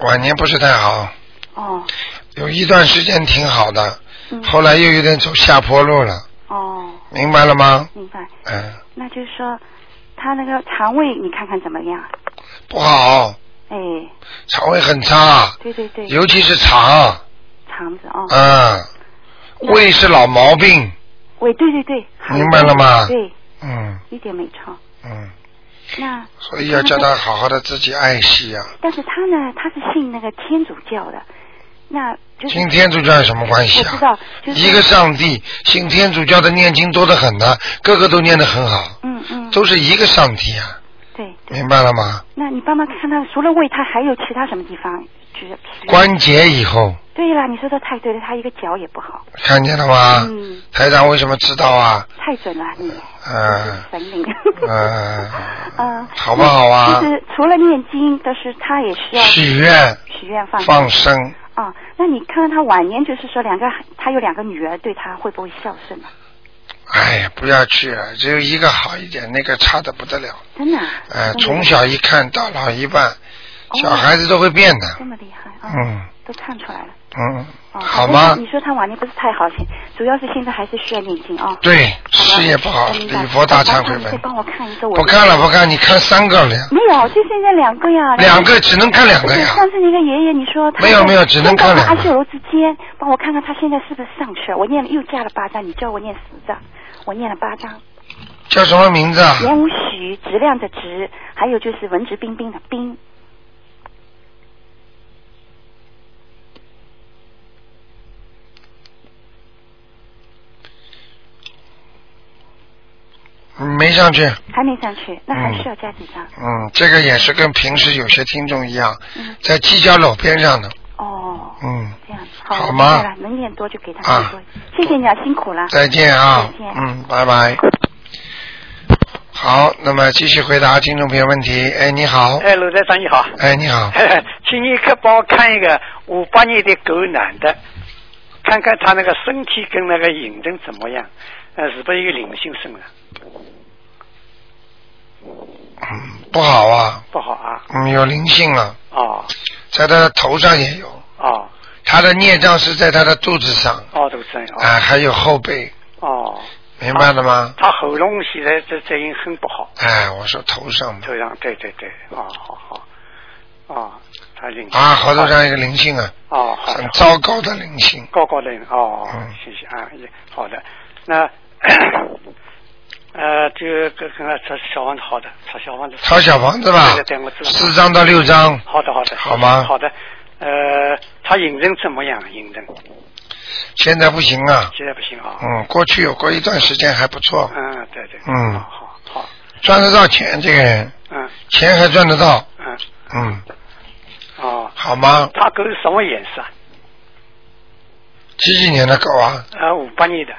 Speaker 1: 晚年不是太好，
Speaker 6: 哦，
Speaker 1: 有一段时间挺好的，
Speaker 6: 嗯，
Speaker 1: 后来又有点走下坡路了，
Speaker 6: 哦，
Speaker 1: 明白了吗？
Speaker 6: 明白。
Speaker 1: 嗯，
Speaker 6: 那就是说，他那个肠胃你看看怎么样？
Speaker 1: 不好，
Speaker 6: 哎，
Speaker 1: 肠胃很差，
Speaker 6: 对对对，
Speaker 1: 尤其是肠，
Speaker 6: 肠子哦，
Speaker 1: 嗯，胃是老毛病，
Speaker 6: 喂，对对对，
Speaker 1: 明白了吗
Speaker 6: 对，
Speaker 1: 嗯
Speaker 6: 一点没错。
Speaker 1: 嗯，
Speaker 6: 那
Speaker 1: 所以要叫他好好的自己爱惜啊。
Speaker 6: 但是他呢，他是信那个天主教的，那就是
Speaker 1: 信天主教有什么关系
Speaker 6: 嗯我
Speaker 1: 啊？
Speaker 6: 知道，就是
Speaker 1: 一个上帝，信天主教的念经多得很呢、个个都念得很好，
Speaker 6: 嗯嗯，
Speaker 1: 都是一个上帝啊，
Speaker 6: 对对。
Speaker 1: 明白了吗？
Speaker 6: 那你帮忙看他，除了胃，他还有其他什么地方？就是
Speaker 1: 关节以后
Speaker 6: 对啦，你说的太对了，他一个脚也不好，
Speaker 1: 看见了吗？
Speaker 6: 嗯
Speaker 1: 台长为什么知道啊？
Speaker 6: 太准了你。
Speaker 1: 嗯、
Speaker 6: 神灵。
Speaker 1: 嗯
Speaker 6: 嗯，
Speaker 1: 好不好 啊
Speaker 6: 就是除了念经，但是他也需要
Speaker 1: 许愿、
Speaker 6: 许愿放生
Speaker 1: 放生，
Speaker 6: 啊、那你看看他晚年，就是说两个，他有两个女儿，对他会不会孝顺啊？
Speaker 1: 哎呀，不要去了，只有一个好一点，那个差的不得了。
Speaker 6: 真的啊？
Speaker 1: 哎，
Speaker 6: 真的
Speaker 1: 从小一看到老一半，
Speaker 6: 哦
Speaker 1: 小孩子都会变的。
Speaker 6: 这么厉害啊、
Speaker 1: 嗯
Speaker 6: 都看出来了。
Speaker 1: 嗯，
Speaker 6: 哦、
Speaker 1: 好
Speaker 6: 那
Speaker 1: 吗
Speaker 6: 你？说他晚年不是太好，现主要是现在还是需要念经啊。
Speaker 1: 对，
Speaker 6: 好吧
Speaker 1: 事业不好，
Speaker 6: 我明白
Speaker 1: 礼佛大忏
Speaker 6: 麻
Speaker 1: 悔
Speaker 6: 烦你再
Speaker 1: 文。
Speaker 6: 帮我看一个我嗯
Speaker 1: 不看了，不看，你看三个了呀，
Speaker 6: 没有，就现在两个呀。
Speaker 1: 两个只能看两个
Speaker 6: 对
Speaker 1: 呀。
Speaker 6: 上次那个爷爷，你说他
Speaker 1: 没有没有只能看两
Speaker 6: 阿
Speaker 1: 个
Speaker 6: 修罗之间，帮我看看他现在是不是上去了？我念了又加了八张，你叫我念十张，我念了八张。
Speaker 1: 叫什么名字啊？
Speaker 6: 言无许，质量的质，还有就是文质彬彬的彬。嗯
Speaker 1: 没上去。
Speaker 6: 还没上去，那还
Speaker 1: 嗯
Speaker 6: 需要加几张？
Speaker 1: 嗯，这个也是跟平时有些听众一样
Speaker 6: 嗯，
Speaker 1: 在犄角楼边上的。
Speaker 6: 哦，
Speaker 1: 嗯，
Speaker 6: 这样子
Speaker 1: 好
Speaker 6: 我
Speaker 1: 吗
Speaker 6: 明白了，能念多就给他
Speaker 1: 啊
Speaker 6: 念多。谢谢你啊，辛苦了。
Speaker 1: 再见啊
Speaker 6: 再见，
Speaker 1: 嗯，拜拜。好，那么继续回答听众朋友问题。哎，你好，
Speaker 7: 哎，鲁先生你好，
Speaker 1: 哎，你好，
Speaker 7: 嘿嘿 请你可帮我看一个五八年的狗男的，看看他那个身体跟那个影征怎么样，呃，是不是有灵性生了？
Speaker 1: 不好啊，
Speaker 7: 不好啊，
Speaker 1: 嗯，有灵性了，
Speaker 7: 哦
Speaker 1: 在他的头上也有，
Speaker 7: 哦
Speaker 1: 他的孽障是在他的肚子上，
Speaker 7: 哦，都真
Speaker 1: 啊、还有后背，
Speaker 7: 哦，
Speaker 1: 明白了吗？
Speaker 7: 他喉咙现在这这音很不好，
Speaker 1: 哎，我说头上嘛，
Speaker 7: 头上对对对，哦好好，哦，他灵性
Speaker 1: 啊，喉头上有个灵性啊，
Speaker 7: 哦好的
Speaker 1: 很糟糕的灵性，
Speaker 7: 高高的人哦
Speaker 1: 嗯，
Speaker 7: 谢谢啊，也好的。那呃，就跟跟他小王子好的，他小王子
Speaker 1: 抄小房子吧
Speaker 7: 对对对，我，知道。
Speaker 1: 四张到六张，
Speaker 7: 好的好的，
Speaker 1: 好吗
Speaker 7: 好的，呃，他引证怎么样？引证
Speaker 1: 现在不行啊，
Speaker 7: 现在不行啊。
Speaker 1: 嗯，过去有过一段时间还不错，
Speaker 7: 嗯，对对。
Speaker 1: 嗯
Speaker 7: 好好好，
Speaker 1: 赚得到钱，这个人
Speaker 7: 嗯
Speaker 1: 钱还赚得到，
Speaker 7: 嗯，
Speaker 1: 嗯，
Speaker 7: 哦，
Speaker 1: 好吗？
Speaker 7: 他狗是什么颜色啊？
Speaker 1: 几几年的狗啊，
Speaker 7: 呃，五八年的，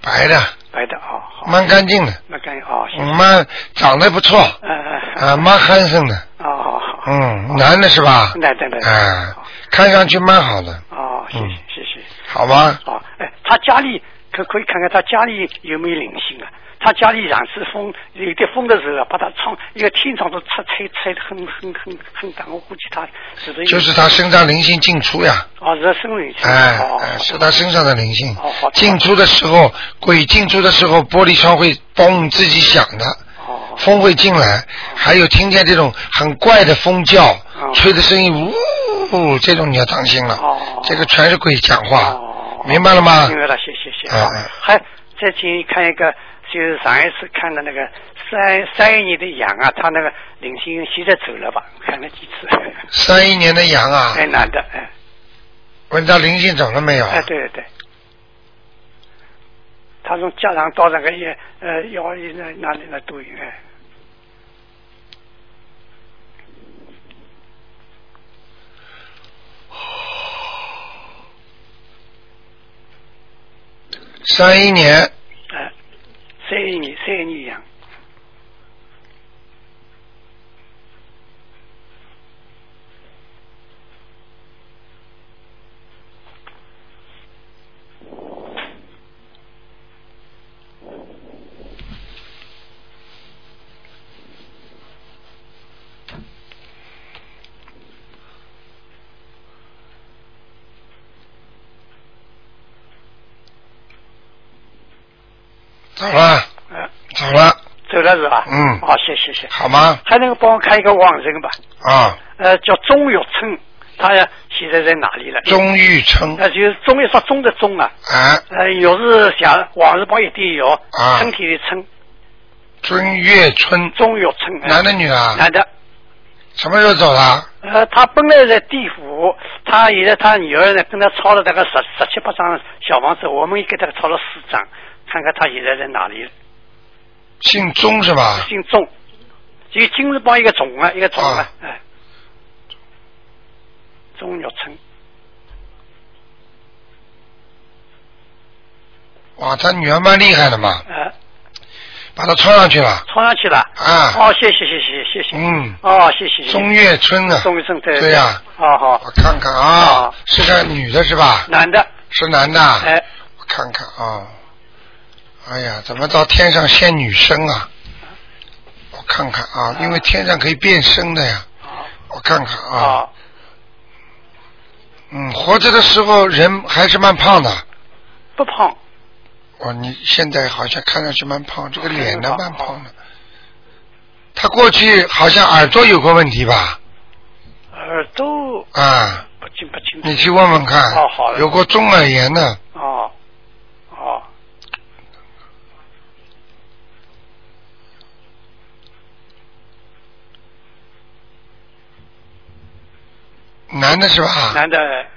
Speaker 1: 白的，
Speaker 7: 白的哦，好，
Speaker 1: 蛮干净的，
Speaker 7: 那干哦，行，
Speaker 1: 嗯蛮长得不错，
Speaker 7: 嗯嗯嗯，
Speaker 1: 啊，蛮憨生的，
Speaker 7: 哦好好，
Speaker 1: 嗯，男的是吧？
Speaker 7: 那等等，
Speaker 1: 啊，看上去蛮好的，
Speaker 7: 哦，谢
Speaker 1: 嗯
Speaker 7: 谢谢谢。
Speaker 1: 好吗？
Speaker 7: 哦，哎，他家里可可以看看他家里有没有灵性啊？他家里上次风有点风的时候，把他窗一个天窗都拆拆拆得很很很很大，我估计他是不是有
Speaker 1: 就是他身上灵性进出呀，
Speaker 7: 哦，是生灵性
Speaker 1: 哎
Speaker 7: 哦，
Speaker 1: 哎，是他身上的灵性
Speaker 7: 哦好的
Speaker 1: 进出的时候，鬼进出的时候，玻璃窗会嘣自己响的，
Speaker 7: 哦
Speaker 1: 风会进来，还有听见这种很怪的风叫，吹的声音呜，这种你要当心了
Speaker 7: 哦，
Speaker 1: 这个全是鬼讲话
Speaker 7: 哦，
Speaker 1: 明白了吗
Speaker 7: 明？白了，谢谢谢谢。
Speaker 1: 哎
Speaker 7: 好
Speaker 1: 哎
Speaker 7: 还再请你看一个，就是上一次看的那个三三一年的羊啊，他那个灵性现在走了吧？看了几次？
Speaker 1: 三一年的羊啊，
Speaker 7: 哎，男的，哎，
Speaker 1: 问到灵性走了没有？
Speaker 7: 哎，对对对。他从家长到那个也呃要那哪里那都有哎，
Speaker 1: 三一年，
Speaker 7: 哎，三一年三一年羊，
Speaker 1: 走了，
Speaker 7: 哎，
Speaker 1: 走了，
Speaker 7: 走了是吧？
Speaker 1: 嗯
Speaker 7: 好，谢谢谢。
Speaker 1: 好吗？
Speaker 7: 还能帮我看一个网人吧？
Speaker 1: 啊，
Speaker 7: 呃，叫钟玉春，他现在在哪里了？
Speaker 1: 钟玉成，
Speaker 7: 呃，就是钟一说钟的钟啊，
Speaker 1: 啊，
Speaker 7: 呃，玉是想往日帮一点玉，
Speaker 1: 啊
Speaker 7: 春天的春，
Speaker 1: 尊月春，
Speaker 7: 钟玉春。哎
Speaker 1: 男的女的啊？
Speaker 7: 男的。
Speaker 1: 什么时候走的？
Speaker 7: 呃，他本来在地府，他现在他女儿呢跟他抄了大概十十七八张小房子，我们也给他抄了四张，看看他现在在哪里了。
Speaker 1: 姓钟是吧？
Speaker 7: 姓钟，就金字旁一个钟啊，一个钟啊
Speaker 1: 啊，
Speaker 7: 哎、钟玉春，
Speaker 1: 哇，他女儿蛮厉害的嘛，
Speaker 7: 呃，
Speaker 1: 把他穿上去了。
Speaker 7: 抄上去了。
Speaker 1: 啊，
Speaker 7: 哦，谢谢谢谢谢谢。
Speaker 1: 嗯
Speaker 7: 哦，谢谢谢谢。
Speaker 1: 钟月春啊，
Speaker 7: 钟玉春对
Speaker 1: 对呀、
Speaker 7: 哦好
Speaker 1: 我，看看啊
Speaker 7: 啊，
Speaker 1: 是个女的是吧？
Speaker 7: 男的，
Speaker 1: 是男的。
Speaker 7: 哎、
Speaker 1: 我看看啊，哎呀，怎么到天上现女生啊？我看看啊，因为天上可以变身的呀。我看看啊，
Speaker 7: 哦
Speaker 1: 嗯，活着的时候人还是蛮胖的。
Speaker 7: 不胖，
Speaker 1: 哦，你现在好像看上去蛮胖，这个脸呢
Speaker 7: 好
Speaker 1: 蛮胖的。他过去好像耳朵有过问题吧？
Speaker 7: 耳朵
Speaker 1: 啊，
Speaker 7: 不清不清楚。
Speaker 1: 你去问问看。
Speaker 7: 哦好的
Speaker 1: 有过中耳炎呢，
Speaker 7: 哦，哦，
Speaker 1: 男的是吧？
Speaker 7: 男的，哎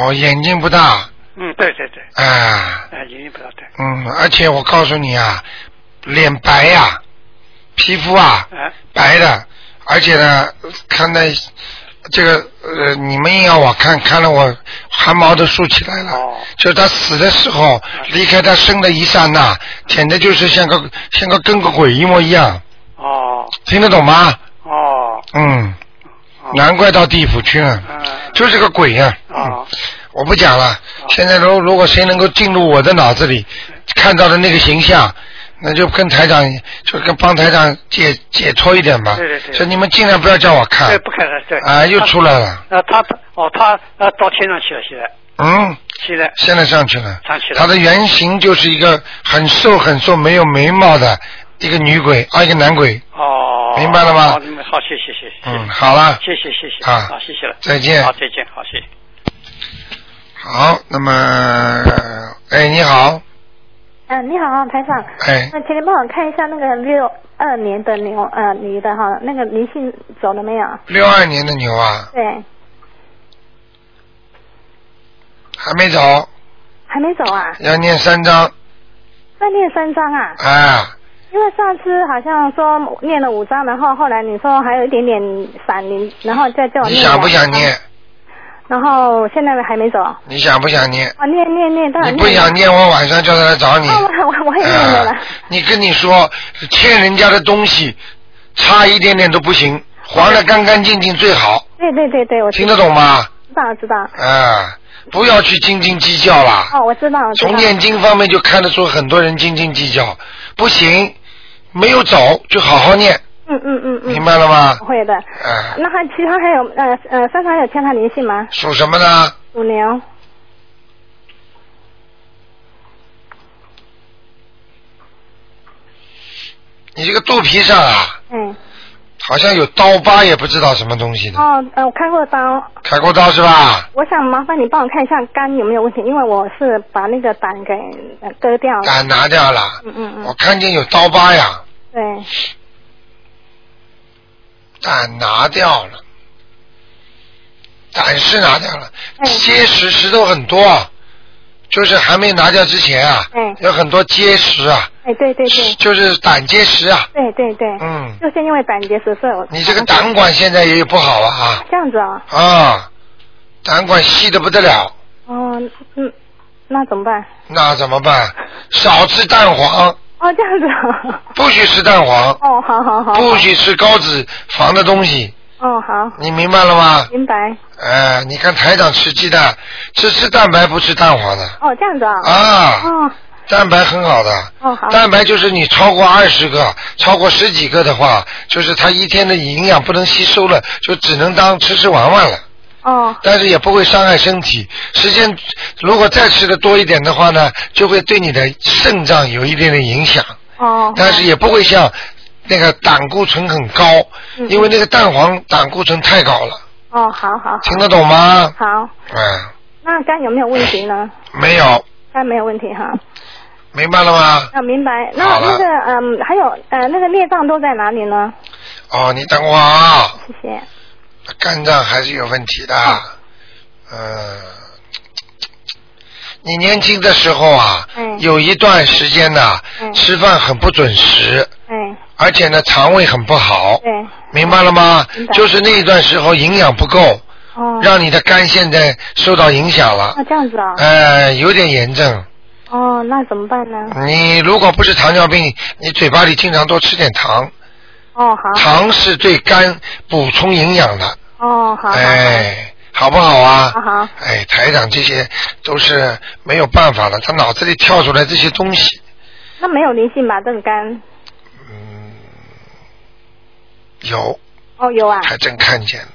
Speaker 1: 哦，眼睛不大，
Speaker 7: 嗯，对对对，
Speaker 1: 啊，
Speaker 7: 哎，眼睛不大对，
Speaker 1: 嗯，而且我告诉你啊，脸白呀、皮肤啊
Speaker 7: 哎，
Speaker 1: 白的，而且呢，看在这个呃，你们硬要我看，看了我汗毛都竖起来了。
Speaker 7: 哦
Speaker 1: 就是他死的时候，离开他生的一刹那，简直就是像个像个跟个鬼一模一样。听得懂吗？
Speaker 7: 哦，
Speaker 1: 嗯，难怪到地府去了，
Speaker 7: 嗯
Speaker 1: 就是嗯个鬼呀、
Speaker 7: 啊，
Speaker 1: 我不讲了，现在如如果谁能够进入我的脑子里，看到的那个形象，那就跟台长，就跟帮台长解解脱一点吧。
Speaker 7: 对对对
Speaker 1: 所以你们尽量不要叫我看
Speaker 7: 对，。不看了，对。
Speaker 1: 啊又出来了。
Speaker 7: 那他哦，他呃到天上去了，现在
Speaker 1: 嗯，
Speaker 7: 现在
Speaker 1: 现在上去了。
Speaker 7: 上去了。
Speaker 1: 她的原型就是一个很瘦很瘦、没有眉毛的一个女鬼，啊，一个男鬼。
Speaker 7: 哦，
Speaker 1: 明白了吗
Speaker 7: 哦明白好，谢谢谢谢。
Speaker 1: 嗯好了
Speaker 7: 谢谢谢谢
Speaker 1: 啊
Speaker 7: 好，谢谢了，
Speaker 1: 再见
Speaker 7: 好，再见，好，谢谢。
Speaker 1: 好，那么，哎，你好，
Speaker 8: 嗯，你好，台长。
Speaker 1: 哎
Speaker 8: 那请你帮我看一下那个六二年的牛，呃，女的哈，那个灵性走了没有？
Speaker 1: 六二年的牛啊，
Speaker 8: 对，
Speaker 1: 还没走，
Speaker 8: 还没走啊？
Speaker 1: 要念三章
Speaker 8: 再念三章啊？
Speaker 1: 啊，
Speaker 8: 因为上次好像说念了五章，然后后来你说还有一点点闪灵，然后再叫我
Speaker 1: 你
Speaker 8: 念。哦
Speaker 1: 想不想？念？
Speaker 8: 然后现在还没走。
Speaker 1: 你想不想念？
Speaker 8: 啊，念念念，当然
Speaker 1: 你不想念，我晚上叫他来找你。
Speaker 8: 啊，我我我也念了。
Speaker 1: 啊，你跟你说，欠人家的东西，差一点点都不行，还的干干净净最好，
Speaker 8: 对对对对，我
Speaker 1: 听得懂？吗？
Speaker 8: 知道知道。
Speaker 1: 啊，不要去斤斤计较啦。
Speaker 8: 哦，我知道，我知道。
Speaker 1: 从念经方面就看得出很多人斤斤计较，不行，没有走就好好念，
Speaker 8: 嗯嗯嗯嗯。
Speaker 1: 明白了吗
Speaker 8: 我会的。
Speaker 1: 啊，
Speaker 8: 那还其他还有呃呃，身上还有其他灵性吗？
Speaker 1: 属什么呢？
Speaker 8: 属牛。
Speaker 1: 你这个肚皮上啊，
Speaker 8: 嗯，
Speaker 1: 好像有刀疤，也不知道什么东西的，
Speaker 8: 哦，呃，我开过刀，
Speaker 1: 开过刀是吧？
Speaker 8: 我想麻烦你帮我看一下肝有没有问题，因为我是把那个胆给呃割掉了。
Speaker 1: 胆拿掉了，
Speaker 8: 嗯嗯
Speaker 1: 我
Speaker 8: 嗯，
Speaker 1: 看见有刀疤呀，
Speaker 8: 对，
Speaker 1: 胆拿掉了，胆是拿掉了，
Speaker 8: 哎
Speaker 1: 结石石头很多啊，就是还没拿掉之前啊，
Speaker 8: 哎
Speaker 1: 有很多结石啊，
Speaker 8: 哎，对对对，
Speaker 1: 就是胆结石啊，
Speaker 8: 对对对，
Speaker 1: 嗯，
Speaker 8: 就是因为胆结石，所以我
Speaker 1: 你这个胆管现在也有不好啊
Speaker 8: 这样子啊、
Speaker 1: 啊啊，胆管细的不得了，
Speaker 8: 哦，哦，嗯，那怎么办？
Speaker 1: 那怎么办？少吃蛋黄，
Speaker 8: 哦，这样子啊、
Speaker 1: 不许吃蛋黄，
Speaker 8: 哦，好好好，
Speaker 1: 不许吃高脂肪的东西，
Speaker 8: 哦好，
Speaker 1: 你明白了吗？
Speaker 8: 明白，
Speaker 1: 哎，你看台长吃鸡蛋，只吃蛋白不吃蛋黄的
Speaker 8: 哦，这样子啊、
Speaker 1: 啊，
Speaker 8: 哦
Speaker 1: 蛋白很好的。
Speaker 8: 哦好，
Speaker 1: 蛋白就是你超过二十个，超过十几个的话，就是它一天的营养不能吸收了，就只能当吃吃玩玩了。
Speaker 8: 哦
Speaker 1: 但是也不会伤害身体。时间如果再吃的多一点的话呢，就会对你的肾脏有一点点影响，
Speaker 8: 哦，
Speaker 1: 但是也不会像那个胆固醇很高，
Speaker 8: 嗯
Speaker 1: 因为那个蛋黄胆固醇太高了，
Speaker 8: 哦好好
Speaker 1: 听得懂吗？
Speaker 8: 好，
Speaker 1: 嗯，
Speaker 8: 那肝有没有问题呢？
Speaker 1: 没有，
Speaker 8: 肝没有问题哈。
Speaker 1: 明白了吗？
Speaker 8: 啊，明白。那
Speaker 1: 好了
Speaker 8: 那个嗯，还有呃，那个孽障都在哪里呢？
Speaker 1: 哦，你等我啊，
Speaker 8: 谢谢。
Speaker 1: 肝脏还是有问题
Speaker 8: 哦
Speaker 1: 的，嗯。你年轻的时候啊，
Speaker 8: 嗯
Speaker 1: 有一段时间呐、
Speaker 8: 嗯
Speaker 1: 吃饭很不准时，
Speaker 8: 哎，
Speaker 1: 而且呢，肠胃很不好。
Speaker 8: 对，
Speaker 1: 明白了吗
Speaker 8: 嗯明？白
Speaker 1: 就是那一段时候营养不够，
Speaker 8: 哦，
Speaker 1: 让你的肝现在受到影响了
Speaker 8: 那，这样子啊、
Speaker 1: 呃，有点炎症。
Speaker 8: 哦，那怎么办呢？
Speaker 1: 你如果不是糖尿病，你嘴巴里经常多吃点糖，
Speaker 8: 哦，好，
Speaker 1: 糖是对肝补充营养的，
Speaker 8: 哦，好，好，
Speaker 1: 哎，好不好啊
Speaker 8: 好？好，
Speaker 1: 哎，台长这些都是没有办法了，他脑子里跳出来这些东西，
Speaker 8: 那没有灵性吧？这个肝？
Speaker 1: 嗯，有
Speaker 8: 哦，有啊。
Speaker 1: 还真看见了，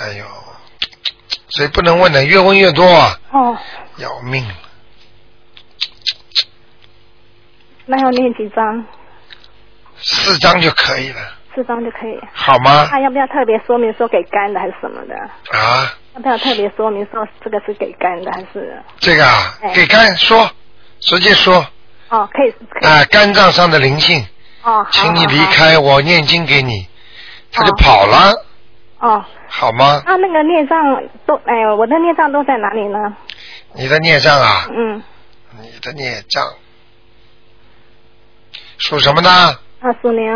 Speaker 1: 哎呦，所以不能问的，越问越多啊。
Speaker 8: 哦，
Speaker 1: 要命了！
Speaker 8: 那要念几张？
Speaker 1: 四张就可以了，
Speaker 8: 四张就可以。哎
Speaker 1: 好吗？
Speaker 8: 那要不要特别说明说给肝的还是什么的？
Speaker 1: 啊，
Speaker 8: 要不要特别说明说这个是给肝的还是？
Speaker 1: 这个啊，
Speaker 8: 哎
Speaker 1: 给肝说，直接说啊、
Speaker 8: 哦，可以，可以。
Speaker 1: 肝脏上的灵性，
Speaker 8: 哦，好
Speaker 1: 请你离。
Speaker 8: 好
Speaker 1: 开，我念经给你，他就
Speaker 8: 哦
Speaker 1: 跑了，
Speaker 8: 好哦，
Speaker 1: 好吗？
Speaker 8: 那那个孽障都，哎，我的孽障都在哪里呢？
Speaker 1: 你的孽障啊，
Speaker 8: 嗯，
Speaker 1: 你的孽障属什么呢？
Speaker 8: 啊，属牛。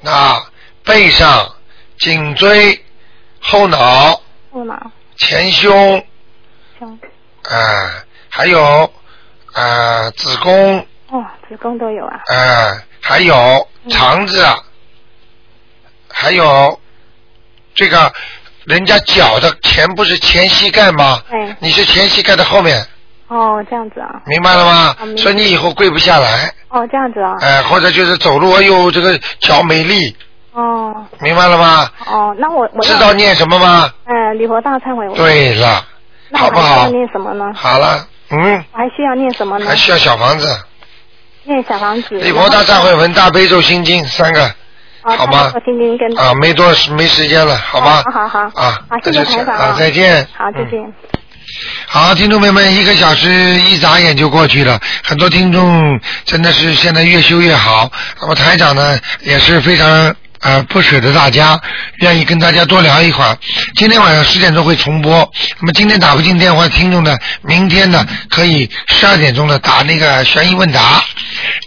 Speaker 1: 那啊背上、颈椎、后脑、
Speaker 8: 后脑
Speaker 1: 前胸
Speaker 8: 胸，
Speaker 1: 啊、还有啊、子宫
Speaker 8: 哦，子宫都有啊。
Speaker 1: 呃
Speaker 8: 嗯
Speaker 1: 啊、还有肠子，还有这个人家脚的前不是前膝盖吗？
Speaker 8: 哎，
Speaker 1: 你是前膝盖的后面，
Speaker 8: 哦，这样子啊，
Speaker 1: 明白了吗
Speaker 8: 啊明？白
Speaker 1: 所以你以后跪不下来，
Speaker 8: 哦，这样子啊，
Speaker 1: 哎、或者就是走路哎呦这个脚没力，
Speaker 8: 哦，
Speaker 1: 明白了吗？
Speaker 8: 哦，那我我
Speaker 1: 知道念什么吗？
Speaker 8: 呃，礼佛大忏悔文，
Speaker 1: 对了，
Speaker 8: 那我
Speaker 1: 好不好
Speaker 8: 还需要念啊什么呢？
Speaker 1: 好了，嗯，
Speaker 8: 我还需要念什么呢
Speaker 1: 还？需要小房子，
Speaker 8: 念小房子，
Speaker 1: 礼佛大忏悔文、大悲咒心经三个
Speaker 8: 啊，
Speaker 1: 好吗
Speaker 8: 我听听跟哦
Speaker 1: 啊，没多时没时间了，好吧？
Speaker 8: 好好好
Speaker 1: 啊
Speaker 8: 好，
Speaker 1: 那
Speaker 8: 谢谢
Speaker 1: 就这
Speaker 8: 台
Speaker 1: 样
Speaker 8: 长
Speaker 1: 啊，再见。
Speaker 8: 好，再
Speaker 1: 嗯
Speaker 8: 见。
Speaker 1: 好，听众朋友们，一个小时一眨眼就过去了，很多听众真的是现在越修越好。那么台长呢也是非常呃不舍得大家，愿意跟大家多聊一会儿。今天晚上十点钟会重播，那么今天打不进电话听众呢，明天呢可以十二点钟呢打那个悬疑问答。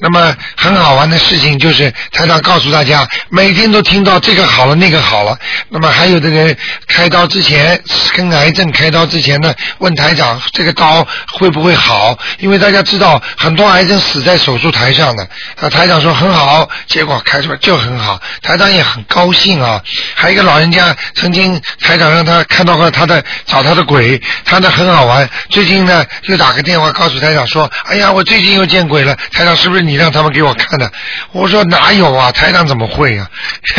Speaker 1: 那么很好玩的事情就是台长告诉大家，每天都听到这个好了那个好了。那么还有的人开刀之前跟癌症开刀之前呢，问台长这个刀会不会好？因为大家知道很多癌症死在手术台上的，啊，台长说很好，结果开出来就很好，台长也很高兴啊。还有一个老人家曾经台长让他看到过他的找他的鬼，他呢很好玩。最近呢又打个电话告诉台长说，哎呀，我最近又见鬼了，台长是不是你让他们给我看的？我说哪有啊，台长怎么会啊？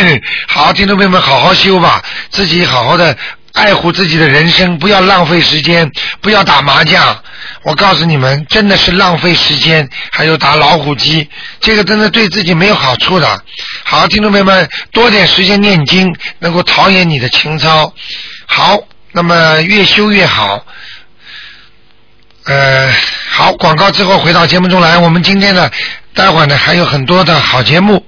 Speaker 1: 好，听众朋友们，好好修吧，自己好好的。爱护自己的人生，不要浪费时间，不要打麻将。我告诉你们，真的是浪费时间，还有打老虎机，这个真的对自己没有好处的。好，听众朋友们，多点时间念经，能够陶冶你的情操。好，那么越修越好。呃，好，广告之后回到节目中来。我们今天呢，待会儿呢还有很多的好节目。